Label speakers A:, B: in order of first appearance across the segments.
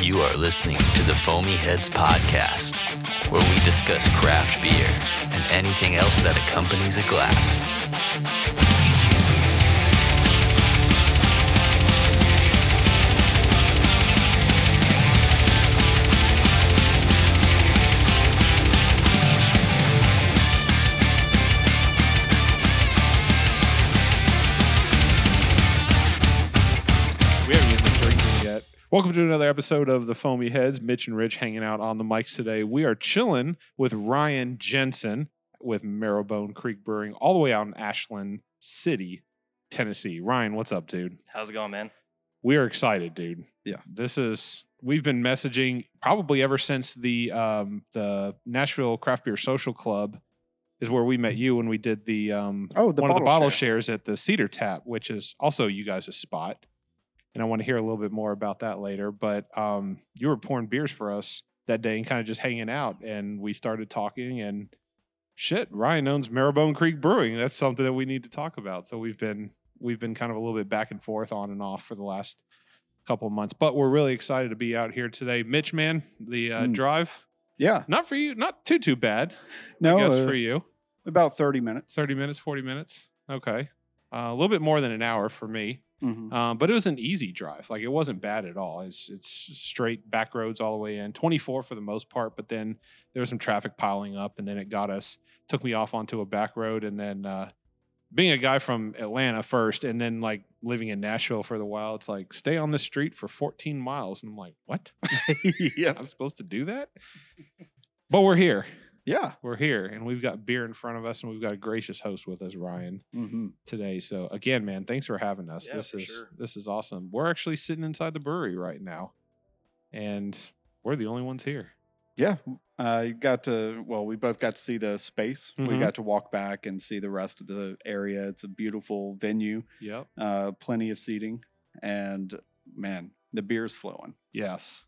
A: You are listening to the Foamy Heads Podcast, where we discuss craft beer and anything else that accompanies a glass.
B: We haven't even been drinking yet. Welcome to another episode of the Foamy Heads. Mitch and Rich hanging out on the mics today. We are chilling with Ryan Jensen with Marrowbone Creek Brewing, all the way out in Ashland City, Tennessee. Ryan, what's up, dude?
C: How's it going, man?
B: We are excited, dude.
D: Yeah.
B: this is. We've been messaging probably ever since the um, the Nashville Craft Beer Social Club is where we met you when we did the um,
D: Oh, the
B: one of the
D: bottle
B: bottle
D: share.
B: shares at the Cedar Tap, which is also you guys' spot. And I want to hear a little bit more about that later. But um, you were pouring beers for us that day and kind of just hanging out. And we started talking and shit, Ryan owns Marrowbone Creek Brewing. That's something that we need to talk about. So we've been we've been kind of a little bit back and forth on and off for the last couple of months. But we're really excited to be out here today. Mitch man, the uh,
D: Mm.
B: drive.
D: Yeah.
B: Not for you, not too too bad,
D: No,
B: I guess
D: uh,
B: for you.
D: about 30 minutes.
B: 30 minutes, 40 minutes. Okay. Uh, a little bit more than an hour for me.
D: Mhm.
B: Um, but it was an easy drive. Like it wasn't bad at all. It's it's straight back roads all the way in, 24 for the most part. But then there was some traffic piling up, and then it got us took me off onto a back road, and then uh, being a guy from Atlanta first, and then like living in Nashville for the while, it's like stay on the street for 14 miles, and I'm like, what?
D: yeah.
B: I'm supposed to do that? But we're here.
D: Yeah.
B: We're here, and we've got beer in front of us, and we've got a gracious host with us, Ryan
D: Mhm.
B: today. So again, man, thanks for having us.
C: Yeah,
B: this
C: for
B: is
C: sure.
B: this is awesome. We're actually sitting inside the brewery right now, and we're the only ones here.
D: Yeah. Uh, you got to, well, we both got to see the space. We
B: Mhm.
D: got to walk back and see the rest of the area. It's a beautiful venue,
B: Yep.
D: uh, plenty of seating. And man, the beer's flowing.
B: Yes.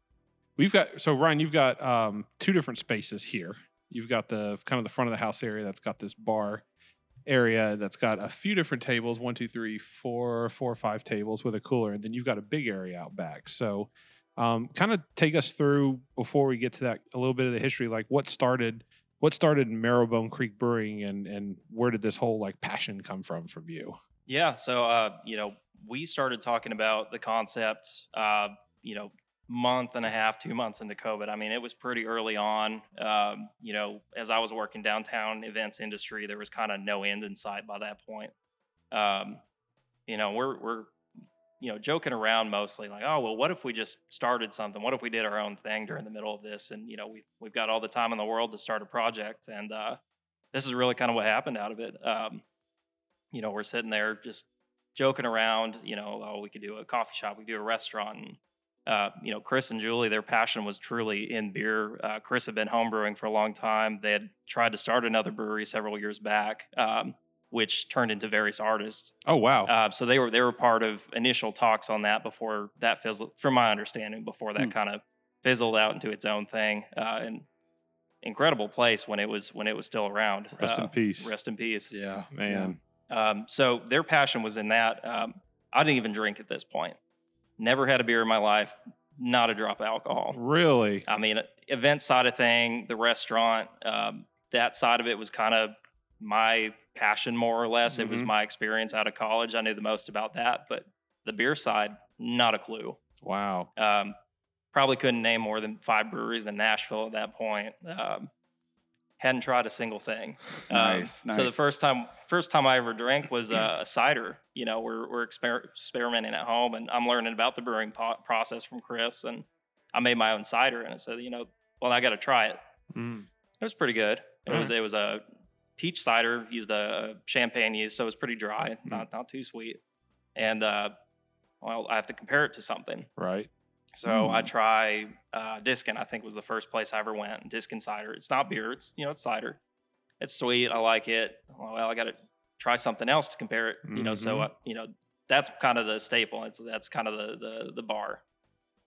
B: We've got so Ryan, you've got um, two different spaces here. You've got the kind of the front of the house area that's got this bar area that's got a few different tables one two three four four or five tables with a cooler and then you've got a big area out back so um, kind of take us through before we get to that a little bit of the history like what started what started marrowbone creek brewing and and where did this whole like passion come from from you
C: Yeah. So, uh, you know, we started talking about the concept, uh, you know, month and a half, two months into COVID. I mean, it was pretty early on. Um, you know, as I was working downtown events industry, there was kind of no end in sight by that point. Um, you know, we're we're you know joking around mostly, like, oh well, what if we just started something? What if we did our own thing during the middle of this? And you know, we we've got all the time in the world to start a project, and uh, this is really kind of what happened out of it. Um, you know, we're sitting there just joking around, you know, oh, we could do a coffee shop, we could do a restaurant. And, uh, you know, Chris and Julie, their passion was truly in beer. Uh, Chris had been homebrewing for a long time. They had tried to start another brewery several years back, um, which turned into various artists.
B: oh wow
C: Uh, so they were they were part of initial talks on that before that fizzled, from my understanding, before that
D: Hmm.
C: kind of fizzled out into its own thing. Uh, and incredible place when it was when it was still around.
B: rest
C: Uh,
B: in peace
C: Rest in peace.
D: Yeah.
B: man
C: Um, so their passion was in that. Um, I didn't even drink at this point. Never had a beer in my life. Not a drop of alcohol.
B: really
C: I mean, event side of thing, the restaurant, um, that side of it was kind of my passion more or less. It was
B: Mhm.
C: my experience out of college. I knew the most about that, but the beer side, not a clue.
B: wow
C: Um, probably couldn't name more than five breweries in Nashville at that point. Um, hadn't tried a single thing. Um,
D: Nice,
C: So the
D: nice.
C: first time, first time I ever drank was uh, a cider. You know, we're we're exper- experimenting at home, and I'm learning about the brewing po- process from Chris, and I made my own cider, and I said, you know, well, I got to try it.
B: Mm.
C: It was pretty good. It
B: All
D: Mm-hmm.
C: was it was a peach cider used a champagne yeast, so it was pretty dry,
D: Mm-hmm.
B: Mm.
C: not not too sweet. And uh, well, I have to compare it to something.
B: right
C: So I
D: Mm.
C: try uh, Diskin. I think was the first place I ever went. Diskin cider. It's not beer. It's you know it's cider. It's sweet. I like it. Well, I got to try something else to compare it. You know, so uh, you know that's kind of the staple. It's that's kind of the the the bar.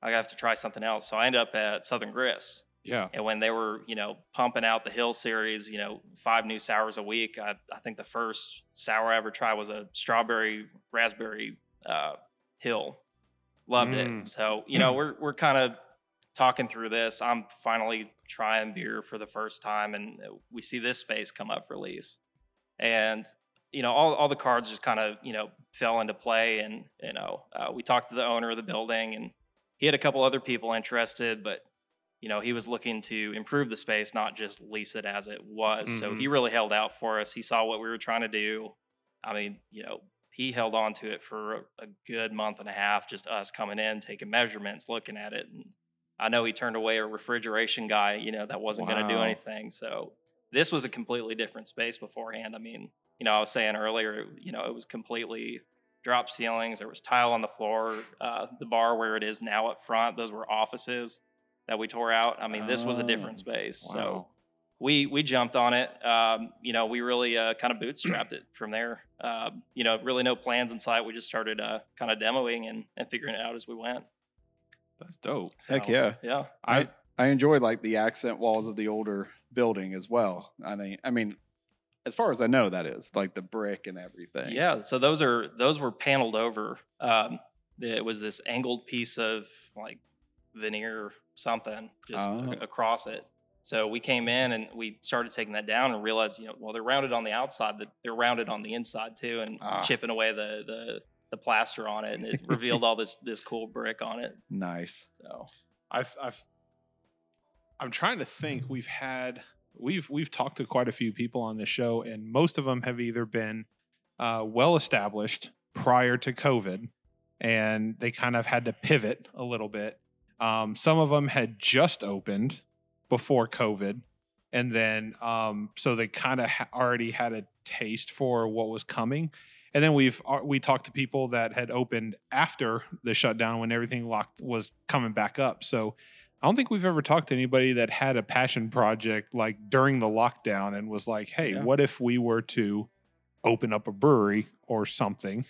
C: I have to try something else. So I ended up at Southern Grist.
B: yeah
C: And when they were, you know, pumping out the Hill series, you know, five new sours a week, I, I think the first sour I ever tried was a strawberry raspberry uh, Hill. Loved
B: Mm.
C: it. So you know, we're we're kind of talking through this, I'm finally trying beer for the first time, and we see this space come up for lease, and you know all, all the cards just kind of you know fell into play, and you know uh, we talked to the owner of the building, and he had a couple other people interested, but you know he was looking to improve the space, not just lease it as it was. So
B: Mhm.
C: he really held out for us. He saw what we were trying to do. I mean, you know, he held on to it for a, a good month and a half, just us coming in, taking measurements, looking at it. And I know he turned away a refrigeration guy, you know, that wasn't going to do
B: Wow.
C: anything. So this was a completely different space beforehand. I mean, you know, I was saying earlier, you know, it was completely drop ceilings. There was tile on the floor. Uh, the bar where it is now up front, those were offices that we tore out. I mean, this was a different
D: Oh,
C: space. So
B: Wow.
C: we we jumped on it. Um, you know, we really uh, kind of bootstrapped it from there. Um, you know, really no plans in sight. We just started uh, kind of demoing and, and figuring it out as we went.
B: That's dope.
C: So,
D: Heck yeah.
C: yeah.
B: I've
D: I enjoy like the accent walls of the older building as well. I mean, I mean, as far as I know, that is like the brick and everything.
C: Yeah, so those are those were paneled over. Um, it was this angled piece of like veneer or something just
D: Oh.
C: a- across it. So we came in and we started taking that down and realized, you know, well they're rounded on the outside, but they're rounded on the inside too, and
D: Ah.
C: chipping away the the the plaster on it, and it revealed all this this cool brick on it.
D: Nice.
C: So
B: I've, I've I'm trying to think. We've had we've we've talked to quite a few people on this show, and most of them have either been uh, well established prior to COVID, and they kind of had to pivot a little bit. Um, some of them had just opened before COVID, and then um, so they kind of ha- already had a taste for what was coming. And then we've uh, we talked to people that had opened after the shutdown when everything locked was coming back up. So I don't think we've ever talked to anybody that had a passion project like during the lockdown and was like, "Hey,
D: Yeah.
B: what if we were to open up a brewery or something?"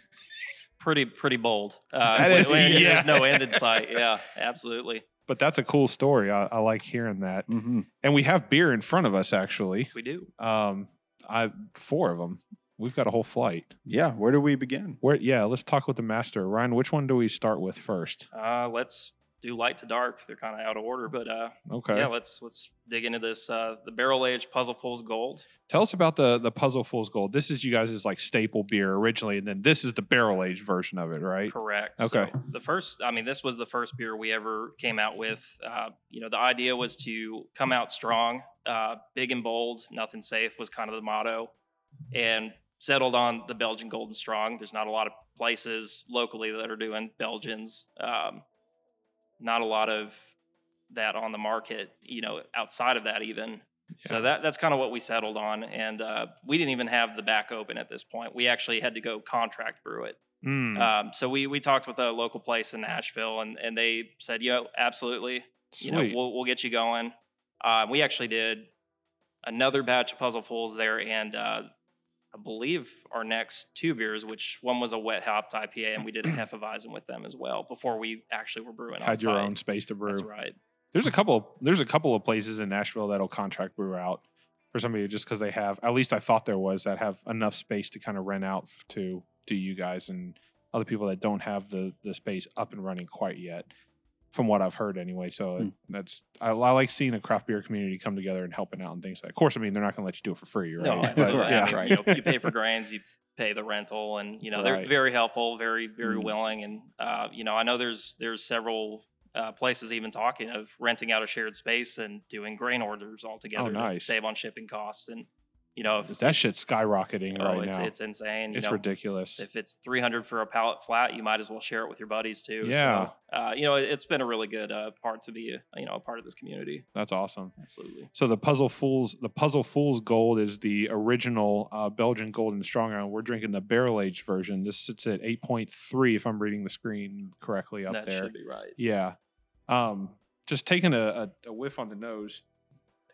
C: pretty pretty bold. Uh,
B: That
C: when-
B: is-
C: when
B: yeah.
C: There's no end in sight. Yeah, absolutely.
B: But that's a cool story. I, I like hearing that.
D: Mm-hmm.
B: And we have beer in front of us actually.
C: We do.
B: Um, I four of them. We've got a whole flight.
D: Yeah. Where do we begin?
B: Where yeah, let's talk with the master. Ryan, which one do we start with first?
C: Uh, let's do light to dark. They're kind of out of order, but uh,
B: Okay.
C: yeah, let's let's dig into this. Uh, the barrel aged puzzle fools gold.
B: Tell us about the the Puzzle Fool's Gold. This is you guys' like staple beer originally, and then this is the barrel aged version of it, right?
C: Correct.
B: Okay.
C: So the first, I mean, this was the first beer we ever came out with. Uh, you know, the idea was to come out strong, uh, big and bold. Nothing safe was kind of the motto, and settled on the Belgian Golden Strong. There's not a lot of places locally that are doing Belgians. Um, not a lot of that on the market. You know, outside of that even. So that that's kind of what we settled on, and uh, we didn't even have the back open at this point. We actually had to go contract brew it.
B: Mm,
C: Um, so we we talked with a local place in Nashville, and and they said, you know, absolutely,
B: sweet.
C: you know, we'll we'll get you going. Uh, we actually did another batch of Puzzle Fools there, and uh, I believe our next two beers, which one was a wet hopped IPA, and we did a Hefeweizen with them as well before we actually were brewing. on
B: Had your
C: site.
B: own space to brew.
C: That's right.
B: There's a couple. There's a couple of places in Nashville that'll contract brew out for somebody just because they have. At least I thought there was that have enough space to kind of rent out f- to to you guys and other people that don't have the the space up and running quite yet. From what I've heard, anyway. So
D: Hmm.
B: that's I, I like seeing the craft beer community come together and helping out and things. like Of course, I mean they're not going to let you do it for free, right?
C: No,
B: But,
C: absolutely.
B: yeah.
C: I mean, you, know, you pay for grains, you pay the rental, and you know
B: Right.
C: they're very helpful, very very
D: Mm.
C: willing, and uh, you know I know there's there's several uh, places even talking of renting out a shared space and doing grain orders all together to
B: Oh, nice.
C: save on shipping costs, and you know if
B: that shit's skyrocketing
C: oh,
B: right
C: it's,
B: now.
C: it's insane.
B: It's
C: you know,
B: ridiculous.
C: if it's 300 for a pallet flat, you might as well share it with your buddies too.
B: Yeah.
C: So, uh, you know, it, it's been a really good uh, part to be, uh, you know, a part of this community.
B: That's awesome.
C: Absolutely.
B: So the puzzle fools, the puzzle fools gold is the original uh, Belgian golden strong ale. We're drinking the barrel aged version. This sits at eight point three, if I'm reading the screen correctly up
C: that
B: there.
C: should be right.
B: Yeah. Um, just taking a, a, a whiff on the nose,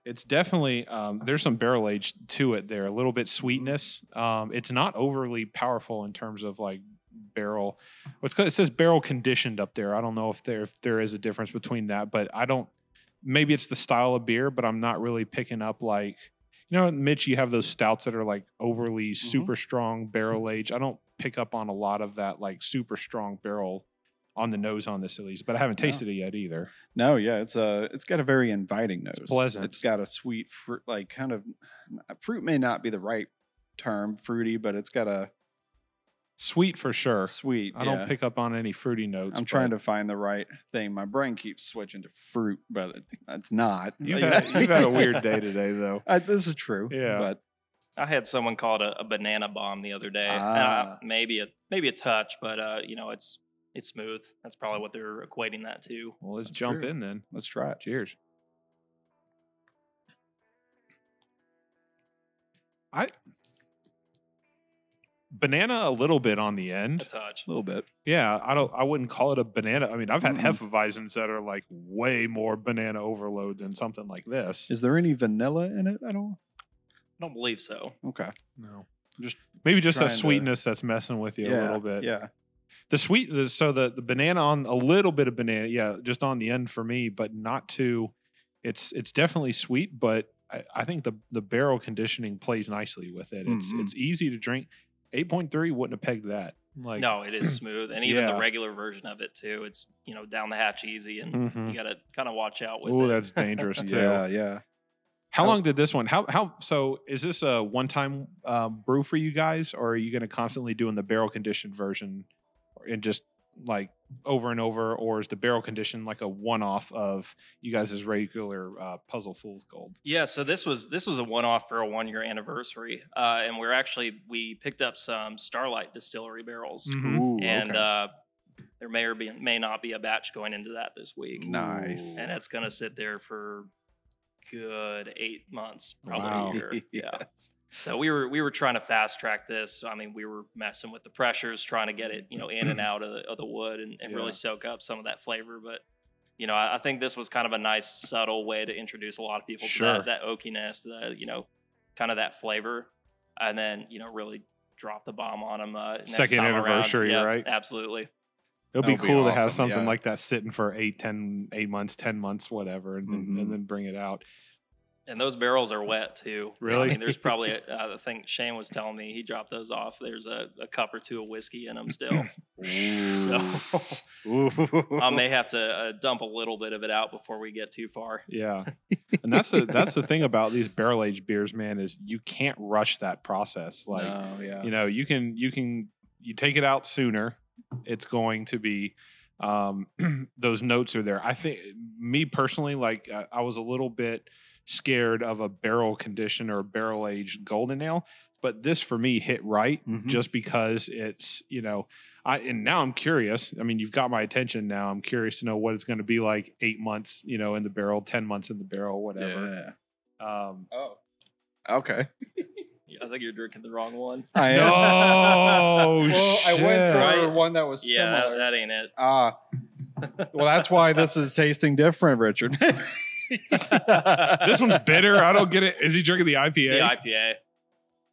B: it's definitely um, there's some barrel age to it there, a little bit sweetness. Um, it's not overly powerful in terms of like barrel. What's good? It says barrel conditioned up there. I don't know if there if there is a difference between that, but I don't. Maybe it's the style of beer, but I'm not really picking up like you know, Mitch. You have those stouts that are like overly super strong barrel age. I don't pick up on a lot of that like super strong barrel on the nose on this at least, but I haven't
D: No.
B: tasted it yet either.
D: No, yeah, it's a it's got a very inviting nose.
B: It's pleasant.
D: It's got a sweet fruit, like kind of uh, fruit may not be the right term, fruity, but it's got a
B: Sweet for sure.
D: sweet.
B: I
D: yeah.
B: don't pick up on any fruity notes.
D: I'm
B: but
D: trying to find the right thing. My brain keeps switching to fruit, but it's, it's not.
B: You've
D: You
B: had,
D: know?
B: you've had a weird day today though.
D: I, this is true.
B: Yeah.
D: but
C: I had someone call it a, a banana bomb the other day. Uh,
D: Ah.
C: maybe a maybe a touch, but uh, you know it's it's smooth. That's probably what they're equating that to.
B: Well, let's
D: That's
B: jump
D: true.
B: in then.
D: let's try it.
B: Cheers. I banana a little bit on the
C: A
B: end.
C: touch.
D: A little bit.
B: Yeah, I don't. I wouldn't call it a banana. I mean, I've had
D: Mm-mm.
B: hefeweizens that are like way more banana overload than something like this.
D: Is there any vanilla in it at all?
C: I don't believe so.
D: Okay.
B: No,
D: Just
B: maybe just that
D: trying to-
B: sweetness that's messing with you a little bit.
D: Yeah.
B: the sweet. The, so the the banana on a little bit of banana. Yeah, just on the end for me, but not too. It's it's definitely sweet, but I, I think the the barrel conditioning plays nicely with it. It's
D: Mhm.
B: it's easy to drink. Eight point three wouldn't have pegged that. Like
C: no, it is smooth, and even
B: Yeah.
C: the regular version of it too. It's you know down the hatch easy, and
B: Mhm.
C: you got to kind of watch out with
B: Oh,
C: it.
B: that's dangerous too.
D: Yeah. Yeah.
B: How
D: I-
B: long did this one? How how so? Is this a one time um, brew for you guys, or are you going to constantly doing the barrel conditioned version, or- and just like over and over, or is the barrel condition like a one off of you guys' regular uh, Puzzle Fools Gold?
C: Yeah, so this was this was a one-off for a one-year anniversary, uh, and we're actually we picked up some Starlight Distillery barrels,
B: Mm, Hmm.
D: Ooh,
C: and
D: okay.
C: uh, there may or be, may not be a batch going into that this week,
D: nice.
C: and it's gonna sit there for good eight months, probably
B: Wow.
C: a year. Yeah.
D: Yes.
C: So we were we were trying to fast track this. I mean, we were messing with the pressures, trying to get it, you know, in and out of, of the wood and, and
D: Yeah.
C: really soak up some of that flavor. But you know, I, I think this was kind of a nice subtle way to introduce a lot of people
B: Sure.
C: to that, that oakiness, the you know, kind of that flavor, and then you know, really drop the bomb on them. Uh, next
B: Second
C: time around.
B: anniversary,
C: Yeah,
B: right?
C: Absolutely.
B: It'll be
D: That'll be
B: cool to have
D: awesome,
B: something
D: yeah.
B: like that sitting for eight, ten, eight months, ten months, whatever, and then,
D: Mhm.
B: and then bring it out.
C: And those barrels are wet too.
B: Really?
C: I mean, there's probably a, uh, I think Shane was telling me he dropped those off. There's a, a cup or two of whiskey in them still. so I may have to uh, dump a little bit of it out before we get too far.
B: Yeah, and that's the that's the thing about these barrel aged beers, man, is you can't rush that process. Like.
D: No, yeah.
B: you know you can you can you take it out sooner it's going to be um those notes are there i think me personally like I, I was a little bit scared of a barrel condition or a barrel aged golden ale but this for me hit right
D: Mhm.
B: just because it's you know i and now i'm curious i mean you've got my attention now i'm curious to know what it's going to be like eight months you know in the barrel ten months in the barrel whatever um
D: Oh. Okay.
C: I think you're drinking the wrong one.
D: I
B: no
D: well, I
B: shit.
D: went through
C: Right.
D: one that was
C: Yeah, that,
D: similar.
C: that ain't it.
D: Ah, well, that's why this is tasting different, Richard.
B: this one's bitter. I don't get it. Is he drinking the IPA?
C: The IPA.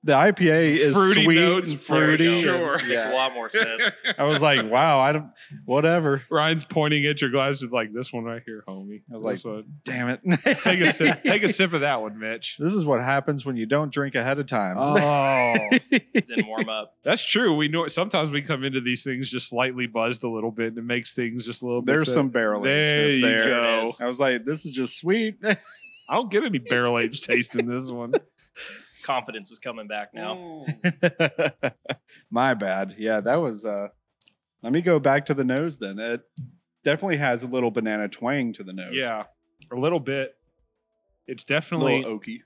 D: the IPA is
B: Fruity
D: sweet
B: notes,
D: and
C: There we
D: fruity.
C: go.
B: Sure.
D: and-
C: Makes a lot more sense.
D: I was like, wow, I don't. Whatever.
B: Ryan's pointing at your glass. It's like this one right here, homie.
D: I was
B: This
D: like-
B: one.
D: Damn it.
B: take a sip. Take a sip of that one, Mitch.
D: This is what happens when you don't drink ahead of time.
B: Oh,
C: It didn't warm up.
B: that's true. We know sometimes we come into these things just slightly buzzed a little bit, and it makes things just a little bit.
D: There's
B: sad.
D: some barrel
B: There
D: ageness
B: you
D: there.
C: There it
B: go.
C: is.
D: I was like, this is just sweet.
B: I don't get any barrel aged taste in this one.
C: Confidence is coming back now.
D: My bad. Yeah, that was. uh Let me go back to the nose then. It definitely has a little banana twang to the nose.
B: Yeah, a little bit. It's
D: a
B: definitely
D: little oaky.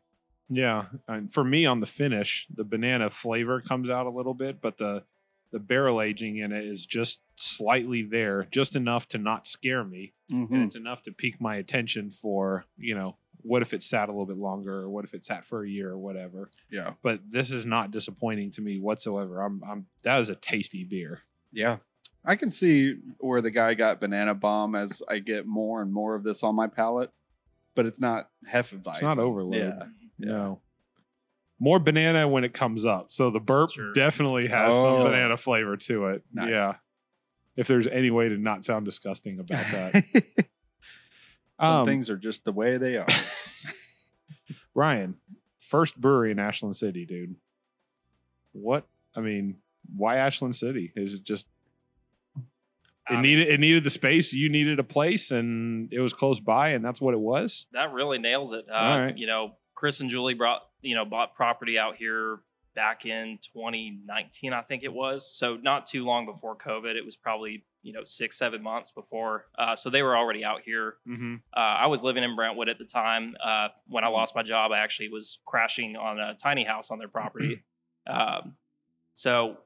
B: Yeah, and for me on the finish, the banana flavor comes out a little bit, but the the barrel aging in it is just slightly there, just enough to not scare me,
D: Hmm.
B: and it's enough to pique my attention for you know what if it sat a little bit longer, or what if it sat for a year or whatever.
D: Yeah,
B: But this is not disappointing to me whatsoever. I'm I'm that is a tasty beer.
D: yeah. I can see where the guy got banana bomb as I get more and more of this on my palate, but it's not hefeweizen.
B: It's not overload.
D: Yeah.
B: No. More banana when it comes up. So the burp
C: Sure.
B: definitely has some
D: Oh.
B: banana flavor to it.
D: Nice.
B: Yeah. If there's any way to not sound disgusting about that.
D: Some
B: Um,
D: things are just the way they are.
B: Ryan, first brewery in Ashland City, dude. What? I mean, why Ashland City? Is it just It
C: I-
B: needed it needed the space. You needed a place, and it was close by, and that's what it was.
C: that really nails it. Uh,
B: All right.
C: You know, Chris and Julie brought you know bought property out here back in 2019, I think it was. So not too long before COVID. It was probably you know six seven months before. Uh, so they were already out here.
B: Mm-hmm.
C: Uh, I was living in Brentwood at the time. Uh, when I lost my job, I actually was crashing on a tiny house on their property.
B: Mm-hmm.
C: um, so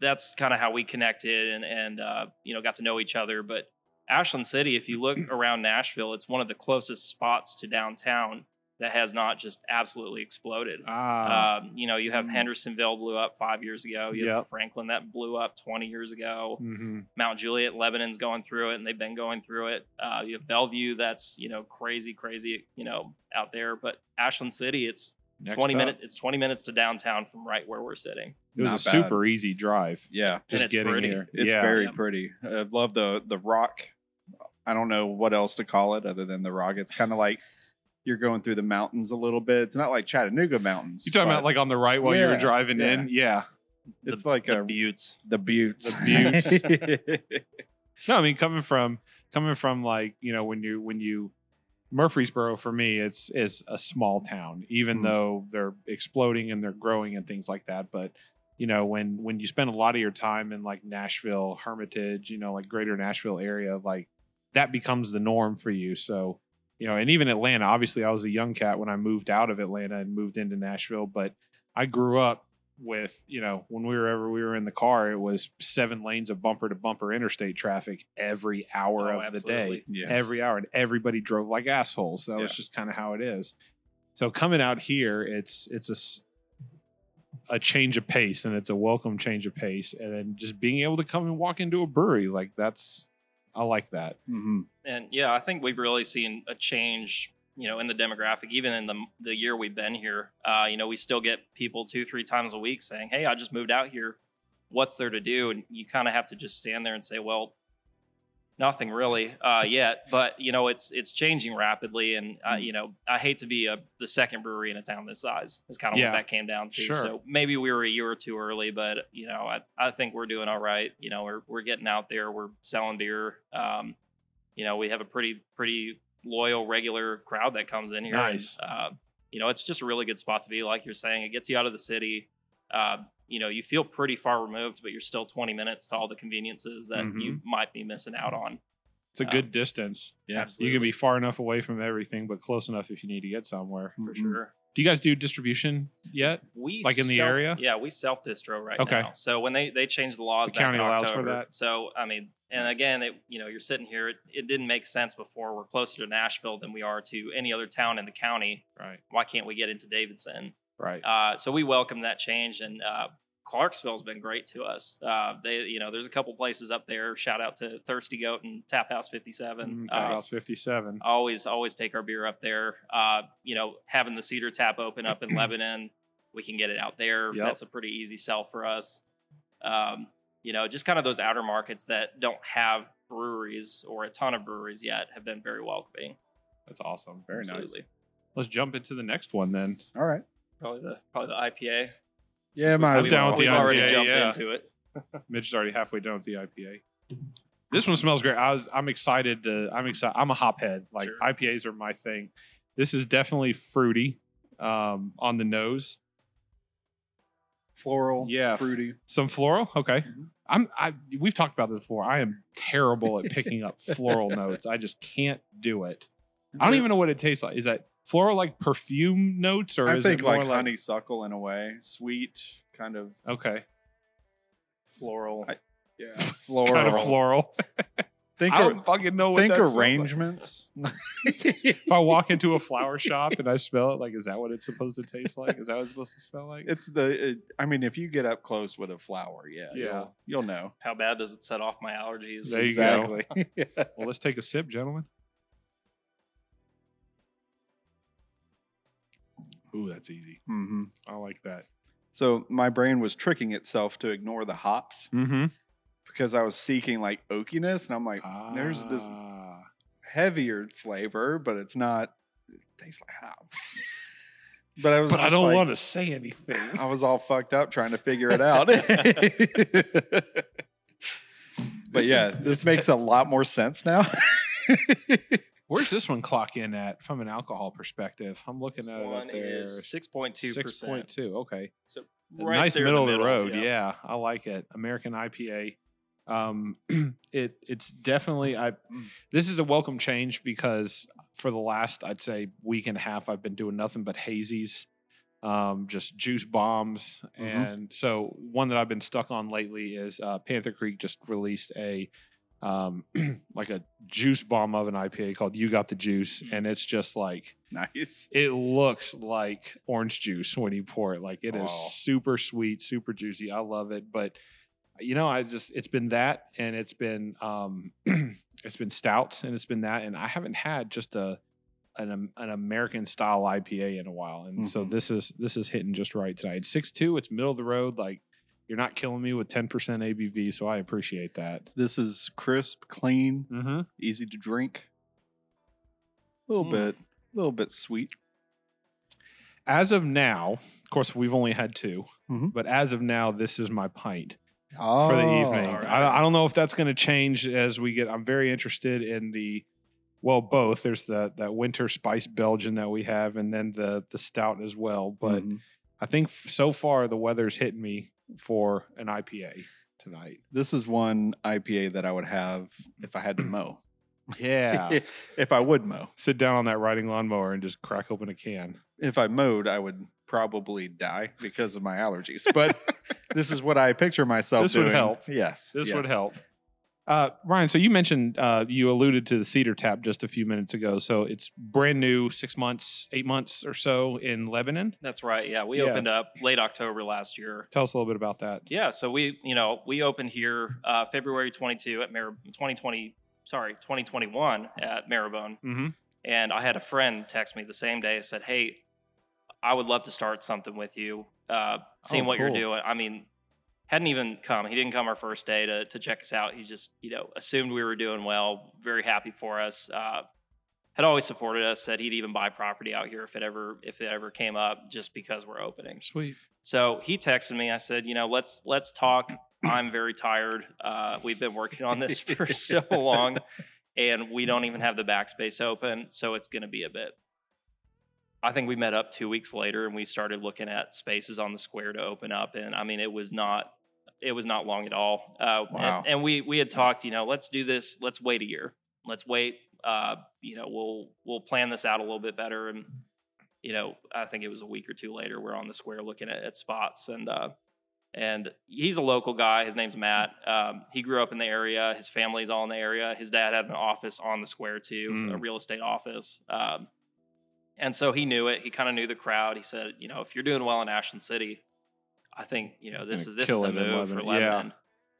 C: that's kind of how we connected and, and uh, you know, got to know each other. But Ashland City, if you look around Nashville, it's one of the closest spots to downtown that has not just absolutely exploded.
B: Ah,
C: Um, you know, you have Hendersonville blew up five years ago. You
B: Yep.
C: have Franklin that blew up 20 years ago.
B: hmm
C: Mount Juliet, Lebanon's going through it, and they've been going through it. Uh, you have Bellevue, that's you know crazy, crazy, you know out there. But Ashland City, it's twenty minutes. It's twenty minutes to downtown from right where we're sitting.
B: It was
D: Not
B: a
D: bad.
B: super easy drive.
D: Yeah,
B: Just
C: it's
B: getting
C: pretty.
B: here.
D: it's
B: yeah.
D: very
C: Yeah.
D: pretty. I love the the rock. I don't know what else to call it other than the rock. It's kind of like you're going through the mountains a little bit. It's not like Chattanooga mountains.
B: You talking
D: but
B: about like on the right while you were
D: Yeah,
B: driving in? Yeah.
D: it's like
C: The
D: a
C: Buttes.
D: the buttes.
B: The No, I mean coming from coming from like you know when you when you Murfreesboro for me it's is a small town even
C: Hmm.
D: Mhm.
B: though they're exploding and they're growing and things like that but you know when when you spend a lot of your time in like Nashville Hermitage you know like greater Nashville area like that becomes the norm for you so you know and even Atlanta obviously I was a young cat when I moved out of Atlanta and moved into Nashville but I grew up with you know when we were ever we were in the car it was seven lanes of bumper to bumper interstate traffic every hour
C: Oh,
B: of the day
C: absolutely.
D: Yes.
B: every hour and everybody drove like assholes that was
D: Yeah.
B: just kind of how it is so coming out here it's it's a s- a change of pace and it's a welcome change of pace and then just being able to come and walk into a brewery like that's I like that
D: Mhm.
C: And yeah, I think we've really seen a change, you know, in the demographic, even in the the year we've been here. Uh, you know, we still get people two, three times a week saying, "Hey, I just moved out here. What's there to do?" And you kind of have to just stand there and say, "Well, nothing really uh, yet." But you know, it's it's changing rapidly, and uh,
B: Hmm.
C: you know, I hate to be a the second brewery in a town this size. Is kind of
B: Yeah.
C: what that came down to.
B: Sure.
C: So maybe we were a year or two early, but you know, I, I think we're doing all right. You know, we're we're getting out there. We're selling beer. Um, you know, we have a pretty pretty loyal regular crowd that comes in here. and,
B: Nice.
C: uh, you know, it's just a really good spot to be. Like you're saying, it gets you out of the city. Uh, you know, you feel pretty far removed, but you're still 20 minutes to all the conveniences that you
B: Mm-hmm.
C: might be missing out on.
B: it's a
C: Um,
B: good distance
D: Yeah.
B: you
C: Absolutely.
B: can be far enough away from everything but close enough if you need to get somewhere
C: for
D: Mhm.
C: sure.
B: do you guys do distribution yet
C: We
B: Mm-hmm. Like in the
C: self-
B: area?
C: Yeah, we self distro right
B: Okay.
C: now. So when they they changed the laws,
B: The
C: back
B: county
C: in
B: allows for
C: October,
B: that.
C: So I mean, and
D: Nice.
C: again, it, you know, you're sitting here. It, it didn't make sense before. We're closer to Nashville than we are to any other town in the county.
B: right
C: Why can't we get into Davidson?
B: right
C: Uh, so we welcome that change, and uh, Clarksville's been great to us. Uh, they, you know, there's a couple places up there. Shout out to Thirsty Goat and Tap House 57.
B: Mm,
C: Uh,
B: House 57
C: always, always take our beer up there. Uh, you know, having the Cedar Tap open up in Lebanon, we can get it out there.
B: Yep.
C: That's a pretty easy sell for us. Um, you know, just kind of those outer markets that don't have breweries or a ton of breweries yet have been very welcoming.
B: That's awesome.
D: Very nice.
C: Absolutely.
B: Let's jump into the next one then.
D: All right.
C: Probably the probably the IPA.
D: Yeah,
B: Since we-
D: might
B: I'm
D: as
B: down
D: well.
B: with the
C: We've already
B: IPA,
C: jumped
B: yeah.
C: into it.
B: Mitch is already halfway done with the IPA. This one smells great. I was, I'm excited to. I'm excited. I'm a hophead. Like
C: Sure.
B: IPAs are my thing. This is definitely fruity um, on the nose.
D: Floral.
B: Yeah.
D: Fruity.
B: Some floral. Okay.
D: Mhm.
B: I'm. I. We've talked about this before. I am terrible at picking up floral notes. I just can't do it. I don't even know what it tastes like. Is that floral like perfume notes or
D: I
B: is
D: think
B: it more
D: like,
B: like,
D: honeysuckle in a way, sweet kind of.
B: Okay.
C: floral.
D: I- Yeah, floral.
B: Kind of floral.
D: Think
B: I
D: ar-
B: don't fucking know what
D: think
B: that smells like.
D: arrangements.
B: if I walk into a flower shop and I smell it, like, is that what it's supposed to taste like? Is that what it's supposed to smell like?
D: It's the. It, I mean, if you get up close with a flower, yeah,
B: Yeah.
D: you'll, you'll know
C: How bad does it set off my allergies?
B: There you go.
D: exactly. yeah.
B: Well, let's take a sip, gentlemen. Ooh, that's easy.
D: hmm
B: I like that.
D: So my brain was tricking itself to ignore the hops
B: Mm-hmm.
D: because I was seeking like oakiness, and I'm like, there's this
B: Ah.
D: heavier flavor, but it's not. It tastes like hop. but I was.
B: But I
D: just
B: don't
D: like-
B: want to say anything.
D: I was all fucked up trying to figure it out. But
B: This
D: yeah,
B: is-
D: this makes a lot more sense now.
B: Where's this one clock in at from an alcohol perspective? I'm looking
C: This
B: at it
C: one
B: up there.
C: is 6.2%.
B: Six point two. Okay,
C: So
B: A
C: right
B: nice
C: there in
B: middle, of the road. Yeah. I like it. American IPA. Um, it it's definitely I. This is a welcome change because for the last I'd say week and a half I've been doing nothing but hazies, um, just juice bombs,
D: Mhm.
B: and so one that I've been stuck on lately is uh, Panther Creek just released a. Um, like a juice bomb of an IPA called "You Got the Juice," and it's just like
D: nice.
B: it looks like orange juice when you pour it. Like it is
D: Wow.
B: super sweet, super juicy. I love it. But you know, I just it's been that and it's been um it's been stouts and it's been that and I haven't had just a an, um, an American style IPA in a while. And so
D: Mhm.
B: this is this is hitting just right tonight. It's 6'2, it's middle of the road, like you're not killing me with 10% ABV, so I appreciate that.
D: This is crisp, clean,
B: Mm-hmm.
D: easy to drink. A little
B: Hmm.
C: Mm.
D: bit, a little bit sweet.
B: As of now, of course, we've only had 2
D: Mhm.
B: but as of now, this is my pint.
D: Oh,
B: for the evening.
C: all right.
B: I, I don't know if that's going to change as we get. I'm very interested in the, well, both. There's the that winter spice Belgian that we have, and then the the stout as well. But
D: Mhm.
B: I think f- so far the weather's hitting me for an IPA tonight.
D: this is one IPA that I would have if I had to mow.
B: Yeah,
D: if I would mow.
B: sit down on that riding lawnmower and just crack open a can.
D: If I mowed, I would probably die because of my allergies. But this is what I picture myself
B: This would
D: doing.
B: help.
D: Yes.
B: This would
D: yes.
B: help. Uh, Ryan, so you mentioned uh, you alluded to the cedar tap just a few minutes ago. So it's brand new, six months, eight months or so in Lebanon.
C: That's right. Yeah. We
B: Yeah.
C: opened up late October last year.
B: Tell us a little bit about that.
C: Yeah. So we, you know, we opened here uh, February 22 at Mar- 2020, sorry, 2021 at Maribone.
B: Mm-hmm.
C: And I had a friend text me the same day said, Hey, I would love to start something with you, uh, seeing
B: Oh,
C: what you're
B: cool.
C: doing. I mean, hadn't even come. He didn't come our first day to, to check us out. He just, you know, assumed we were doing well, very happy for us. Uh, had always supported us, said he'd even buy property out here if it ever if it ever came up just because we're opening.
B: Sweet.
C: So he texted me. I said, you know, let's let's talk. I'm very tired. Uh, we've been working on this for so long, and we don't even have the backspace open, so it's going to be a bit. I think we met up two weeks later, and we started looking at spaces on the square to open up. And I mean, it was not it was not long at all. Uh, and-
D: Wow.
C: and, we we had talked, you know, let's do this. Let's wait a year. Let's wait. Uh, you know, we'll we'll plan this out a little bit better and you know, I think it was a week or two later, we're on the square looking at, at spots and uh and he's a local guy. His name's Matt. Um, he grew up in the area. His family's all in the area. His dad had an office on the square too, a
B: Mm.
C: real estate office. Um, and so he knew it. He kind of knew the crowd. He said, you know, if you're doing well in Ashland City, I think you know this
B: Gonna
C: is this is
B: kill
C: the
B: it in
C: move for
B: Lebanon. Yeah.
C: Lebanon.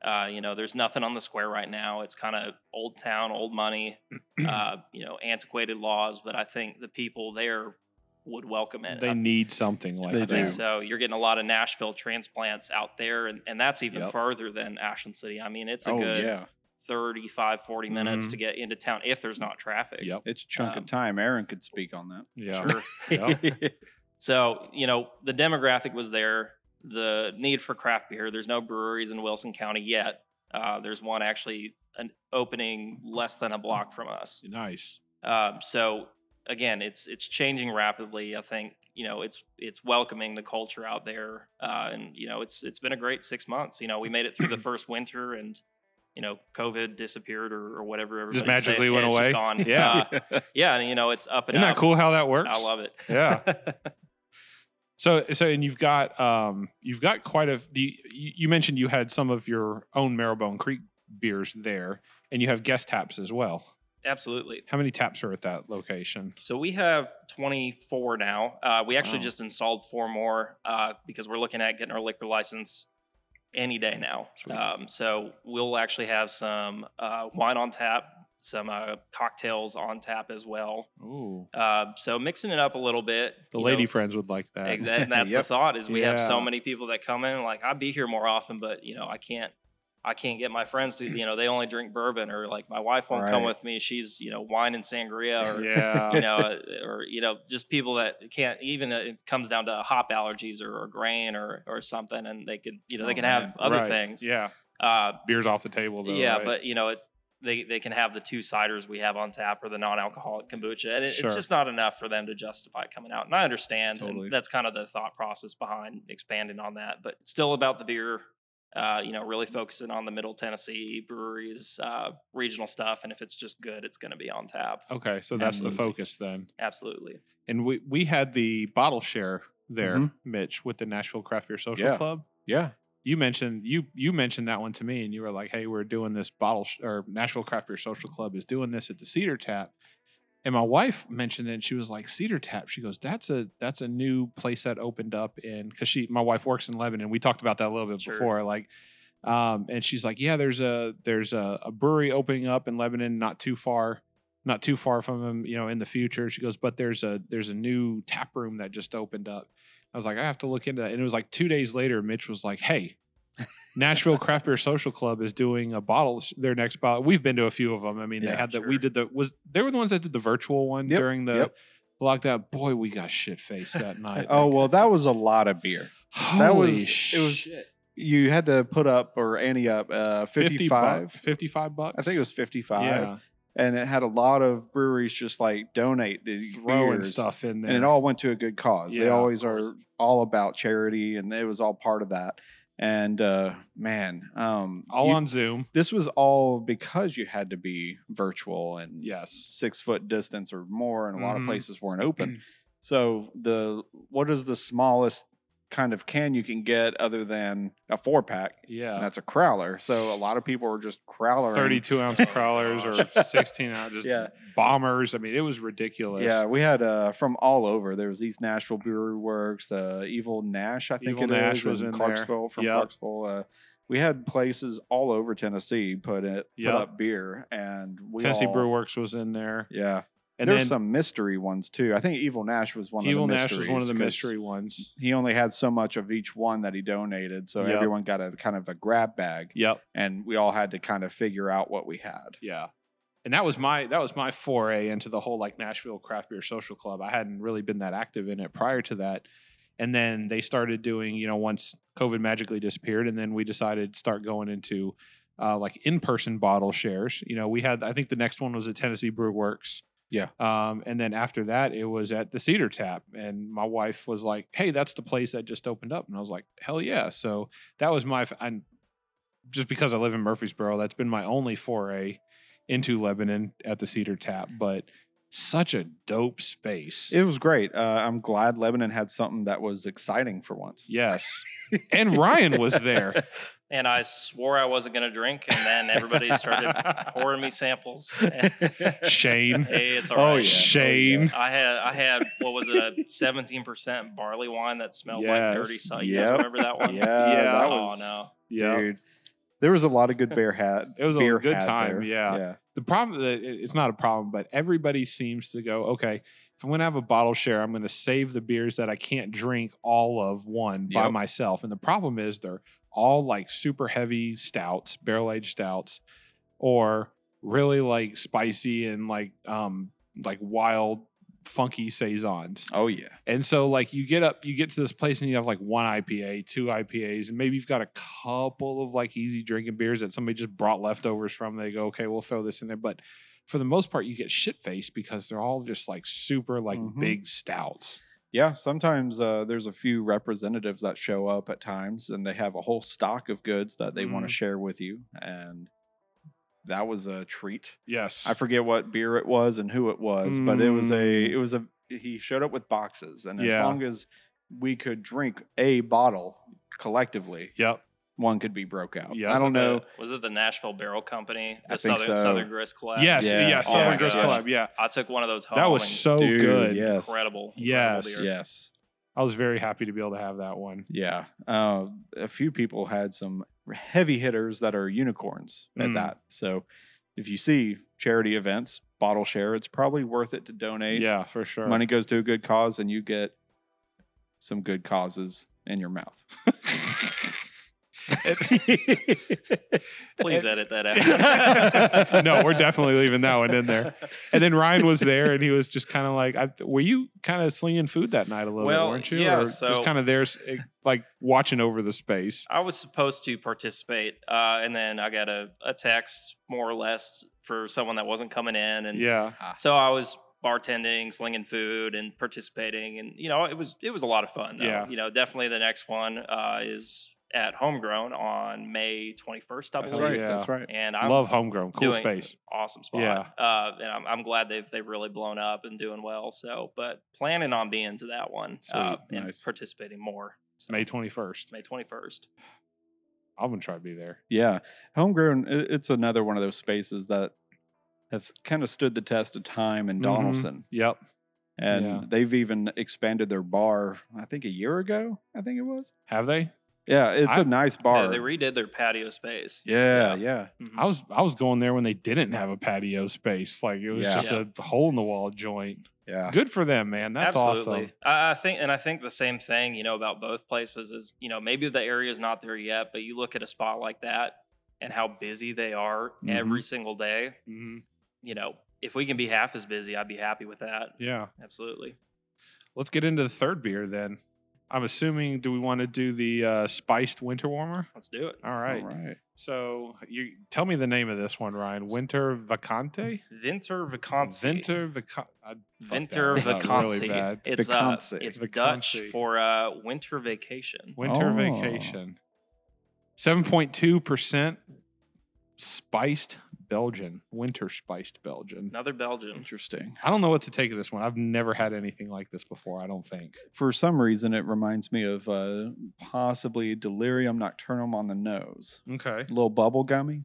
C: Uh, you know, there's nothing on the square right now. It's kind of old town, old money. Uh, you know, antiquated laws, but I think the people there would welcome it.
B: They
C: I
B: need something like
D: They
C: I
B: that.
C: think
D: do.
C: so. You're getting a lot of Nashville transplants out there, and, and that's even
D: Yep.
C: farther than Ashland City. I mean, it's a
D: oh,
C: good
D: yeah. Mm-hmm.
C: 35, 40 minutes
B: Mhm.
C: to get into town if there's not traffic.
B: Yep.
D: It's a chunk
C: Um,
D: of time. Aaron could speak on that.
B: Yeah.
C: Sure.
B: Yeah.
C: So, you know, the demographic was there, the need for craft beer. There's no breweries in Wilson County yet. Uh, there's one actually an opening less than a block from us.
B: Nice.
C: Um, so again, it's it's changing rapidly. I think you know it's it's welcoming the culture out there, uh, and you know it's it's been a great six months. You know we made it through the first winter, and you know COVID disappeared or, or whatever.
B: Just
C: everybody's
B: magically
C: saying,
B: went
C: it's just
B: away.
C: gone.
B: Yeah.
C: Uh, yeah, and you know it's up and
B: Isn't that
C: up.
B: cool how that works?
C: I love it.
B: Yeah. So so and you've got um you've got quite a the you you mentioned you had some of your own Marrowbone Creek beers there and you have guest taps as well.
C: Absolutely.
B: How many taps are at that location?
C: So we have 24 now. Uh, we actually
B: Wow.
C: just installed four more uh, because we're looking at getting our liquor license any day now.
B: Sweet.
C: Um, so we'll actually have some uh, wine on tap, some uh, cocktails on tap as well.
B: Ooh.
C: Uh, so mixing it up a little bit.
B: The
C: you
B: lady
C: know,
B: friends would like that.
C: exa- and that's
D: Yep.
C: the thought is we have so
B: Yeah.
C: many people that come in. Like I'd be here more often, but you know I can't. I can't get my friends to. You know they only drink bourbon, or like my wife won't come
D: Right.
C: with me. She's you know wine and sangria, or you
B: Yeah.
C: know, uh, or you know, just people that can't even uh, it comes down to hop allergies or, or grain or or something, and they could you know they
D: Oh,
C: can
D: man.
C: have other
B: Right.
C: things.
B: Yeah.
C: Uh,
B: Beer's off the table though.
C: yeah,
B: right?
C: but you know, it, they they can have the two ciders we have on tap or the non-alcoholic kombucha, and it,
B: Sure.
C: it's just not enough for them to justify coming out. And I understand and
B: Totally.
C: that's kind of the thought process behind expanding on that, but it's still about the beer. Uh, you know, really focusing on the Middle Tennessee breweries, uh, regional stuff, and if it's just good, it's going to be on tap.
B: okay, so that's the
C: Absolutely.
B: focus then.
C: Absolutely.
B: And we we had the bottle share there,
D: Mhm.
B: Mitch, with the Nashville Craft Beer Social
D: Yeah.
B: Club.
D: Yeah.
B: You mentioned you you mentioned that one to me, and you were like, "Hey, we're doing this bottle sh- or Nashville Craft Beer Social Club is doing this at the Cedar Tap." And my wife mentioned it. And she was like, "Cedar Tap." She goes, "That's a that's a new place that opened up in because she my wife works in Lebanon. We talked about that a little bit
C: Sure.
B: before, like." Um, and she's like, "Yeah, there's a there's a, a brewery opening up in Lebanon, not too far." not too far from them, you know, in the future. She goes, but there's a there's a new tap room that just opened up. I was like, I have to look into that. And it was like two days later, Mitch was like, Hey, Nashville Craft Beer Social Club is doing a bottle their next bottle. We've been to a few of them. I mean, they
D: Yeah,
B: had the we
C: sure.
B: did the was they were the ones that did the virtual one
D: Yep,
B: during the
D: yep.
B: lockdown. Boy, we got shit faced that night.
D: Oh well, that was a lot of beer.
B: Holy
D: that was it was
B: shit.
D: you had to put up or ante up uh,
B: 50 bucks.
D: 55
B: 55 bucks.
D: I think it was 55
B: yeah,
D: and it had a lot of breweries just like donate the
B: throwing
D: beers,
B: stuff in there.
D: and it all went to a good cause. they
B: Yeah, of
D: always are
B: course.
D: all about charity and it was all part of that. And uh man, um
B: all
D: you-
B: on Zoom.
D: this was all because you had to be virtual and
B: Yes.
D: 6 foot distance or more and a lot of
B: Mhm.
D: places weren't open. so the what is the smallest kind of can you can get other than a four pack?
B: Yeah.
D: And that's a crowler. So a lot of people were just crowlering.
B: 32 ounce crawlers or 16 ounce just
D: Yeah.
B: bombers. I mean, it was ridiculous.
D: Yeah, we had uh, from all over. There was East Nashville Brewery Works, uh, Evil Nash, I think
B: Evil
D: it
B: Nash
D: is,
B: was
D: and
B: in there.
D: Clarksville from
B: Yep.
D: Clarksville. Uh, we had places all over Tennessee put it
B: Yep.
D: put up beer, and we
B: Tennessee
D: all,
B: Brew Works was in there.
D: Yeah,
B: And
D: there's
B: then
D: some mystery ones too. I think Evil Nash was one.
B: Evil
D: of the
B: Nash was one of the
D: 'cause
B: mystery ones.
D: He only had so much of each one that he donated, so
B: Yep.
D: everyone got a kind of a grab bag,
B: Yep.
D: and we all had to kind of figure out what we had.
B: Yeah. And that was my that was my foray into the whole like Nashville craft beer social club. I hadn't really been that active in it prior to that. And then they started doing, you know, once COVID magically disappeared, and then we decided to start going into uh, like in-person bottle shares. You know, we had I think the next one was at Tennessee Brew Works.
D: Yeah.
B: Um, and then after that, it was at the Cedar Tap, and my wife was like, "Hey, that's the place that just opened up," and I was like, "Hell yeah!" So that was my, f- and just because I live in Murfreesboro, that's been my only foray into Lebanon at the Cedar Tap, but such a dope space.
D: It was great. Uh, I'm glad Lebanon had something that was exciting for once.
B: yes. and Ryan was there.
C: And I swore I wasn't going to drink, and then everybody started pouring me samples. hey,
B: Shane.
C: it's all right.
D: Oh, yeah.
B: Shane.
C: I had I had what was it a seventeen percent barley wine that smelled like
B: Yes.
C: dirty salt. You guys
D: Yep.
C: remember that
D: Yeah,
C: one?
B: Yeah.
D: that
C: oh
D: was
C: no.
B: Yeah.
D: dude. There was a lot of good bear hat.
B: It was a
D: beer
B: good
D: had
B: time,
D: there.
B: yeah. The problem that it- it's not a problem, but everybody seems to go, okay, if I'm going to have a bottle share, I'm going to save the beers that I can't drink all of one by
D: Yep.
B: myself. And the problem is they're all like super heavy stouts, barrel aged stouts, or really like spicy and like um like wild funky saisons.
D: Oh yeah.
B: And so like you get up, you get to this place and you have like one IPA, two IPAs, and maybe you've got a couple of like easy drinking beers that somebody just brought leftovers from. They go, okay, we'll throw this in there. But for the most part, you get shit faced because they're all just like super like
D: Mhm.
B: big stouts.
D: Yeah. Sometimes uh, there's a few representatives that show up at times, and they have a whole stock of goods that they want
B: Mhm.
D: to share with you, and that was a treat.
B: Yes.
D: I forget what beer it was and who it was, but it was a
B: Mm.
D: it was a he showed up with boxes, and as
B: Yeah.
D: long as we could drink a bottle collectively,
B: yep.
D: one could be broke out.
B: Yeah.
D: I don't
C: Was it
D: know.
C: the- was it the Nashville Barrel Company? The
D: I think
C: Southern
D: so.
C: Southern Grist Club.
B: Yes. Yeah.
D: Yeah.
B: yeah
D: Oh
B: Southern
C: my
B: Grist
C: gosh.
B: Club. Yeah.
C: I took one of those home.
B: That was
C: and
B: so
D: Dude,
B: good.
D: yeah. Yes.
C: incredible. incredible
B: Yes.
C: beer.
D: Yes.
B: I was very happy to be able to have that one.
D: Yeah. Uh, a few people had some heavy hitters that are unicorns at
B: Mm.
D: that. So if you see charity events, bottle share, it's probably worth it to donate.
B: Yeah, for sure.
D: Money goes to a good cause and you get some good causes in your mouth.
C: Please edit that out.
B: no, we're definitely leaving that one in there. And then Ryan was there, and he was just kind of like, I, "Were you kind of slinging food that night a little
C: Well,
B: bit, weren't you?
C: yeah,
B: or
C: so-
B: just kind of there, s- eh, like watching over the space."
C: I was supposed to participate, uh, and then I got a, a text more or less for someone that wasn't coming in, and
B: yeah,
C: so I was bartending, slinging food, and participating, and you know it was it was a lot of fun. Though.
B: Yeah.
C: you know definitely the next one uh, is at Homegrown on May twenty first, I
D: That's
C: believe,
D: right.
B: Yeah.
D: That's right.
C: and I
B: love homegrown, cool space.
C: awesome spot.
B: Yeah.
C: uh, and I'm, I'm glad they've they've really blown up and doing well. So, but planning on being to that one uh,
D: Sweet.
C: and
D: Nice.
C: participating more. So,
B: May twenty first.
C: May twenty first.
B: I'm gonna try to be there.
D: Yeah, homegrown. i- It's another one of those spaces that have kind of stood the test of time in
B: Mhm.
D: Mm-hmm. Donaldson,
B: Yep.
D: and
B: Yeah.
D: they've even expanded their bar. I think a year ago. I think it was.
B: Have they?
D: Yeah, it's a
B: I-
D: nice
C: They,
D: bar.
C: they redid their patio space.
D: yeah, yeah,
C: Yeah. Mhm.
B: I was I was going there when they didn't have a patio space. Like it was
D: Yeah.
B: just a hole in the wall joint.
D: yeah.
B: Good for them, man. That's awesome.
C: I, I think, and I think the same thing, you know, about both places is, you know, maybe the area's not there yet, but you look at a spot like that and how busy they are every
B: Mm-hmm.
C: single day.
B: Mhm.
C: You know, if we can be half as busy, I'd be happy with that.
B: Yeah.
C: Absolutely.
B: Let's get into the third beer then. I'm assuming do we want to do the uh, spiced winter warmer?
C: Let's do it.
B: All right.
D: All right.
B: So you tell me the name of this one, Ryan. Winter Vacante.
C: Vinter Vacancy.
B: Winter Vacante.
C: Vinter
D: that up
C: Vacancy.
B: Really bad.
C: it's uh,
D: Vacancy.
C: it's
B: Vacancy.
C: Dutch for uh, winter vacation.
B: Winter
D: Oh.
B: Vacation. Seven point two percent spiced Belgian. Winter spiced Belgian.
C: Another Belgian.
D: Interesting.
B: I don't know what to take of this one. I've never had anything like this before. I don't think.
D: For some reason, it reminds me of uh, possibly Delirium Nocturnum on the nose.
B: Okay.
D: A little bubble gummy.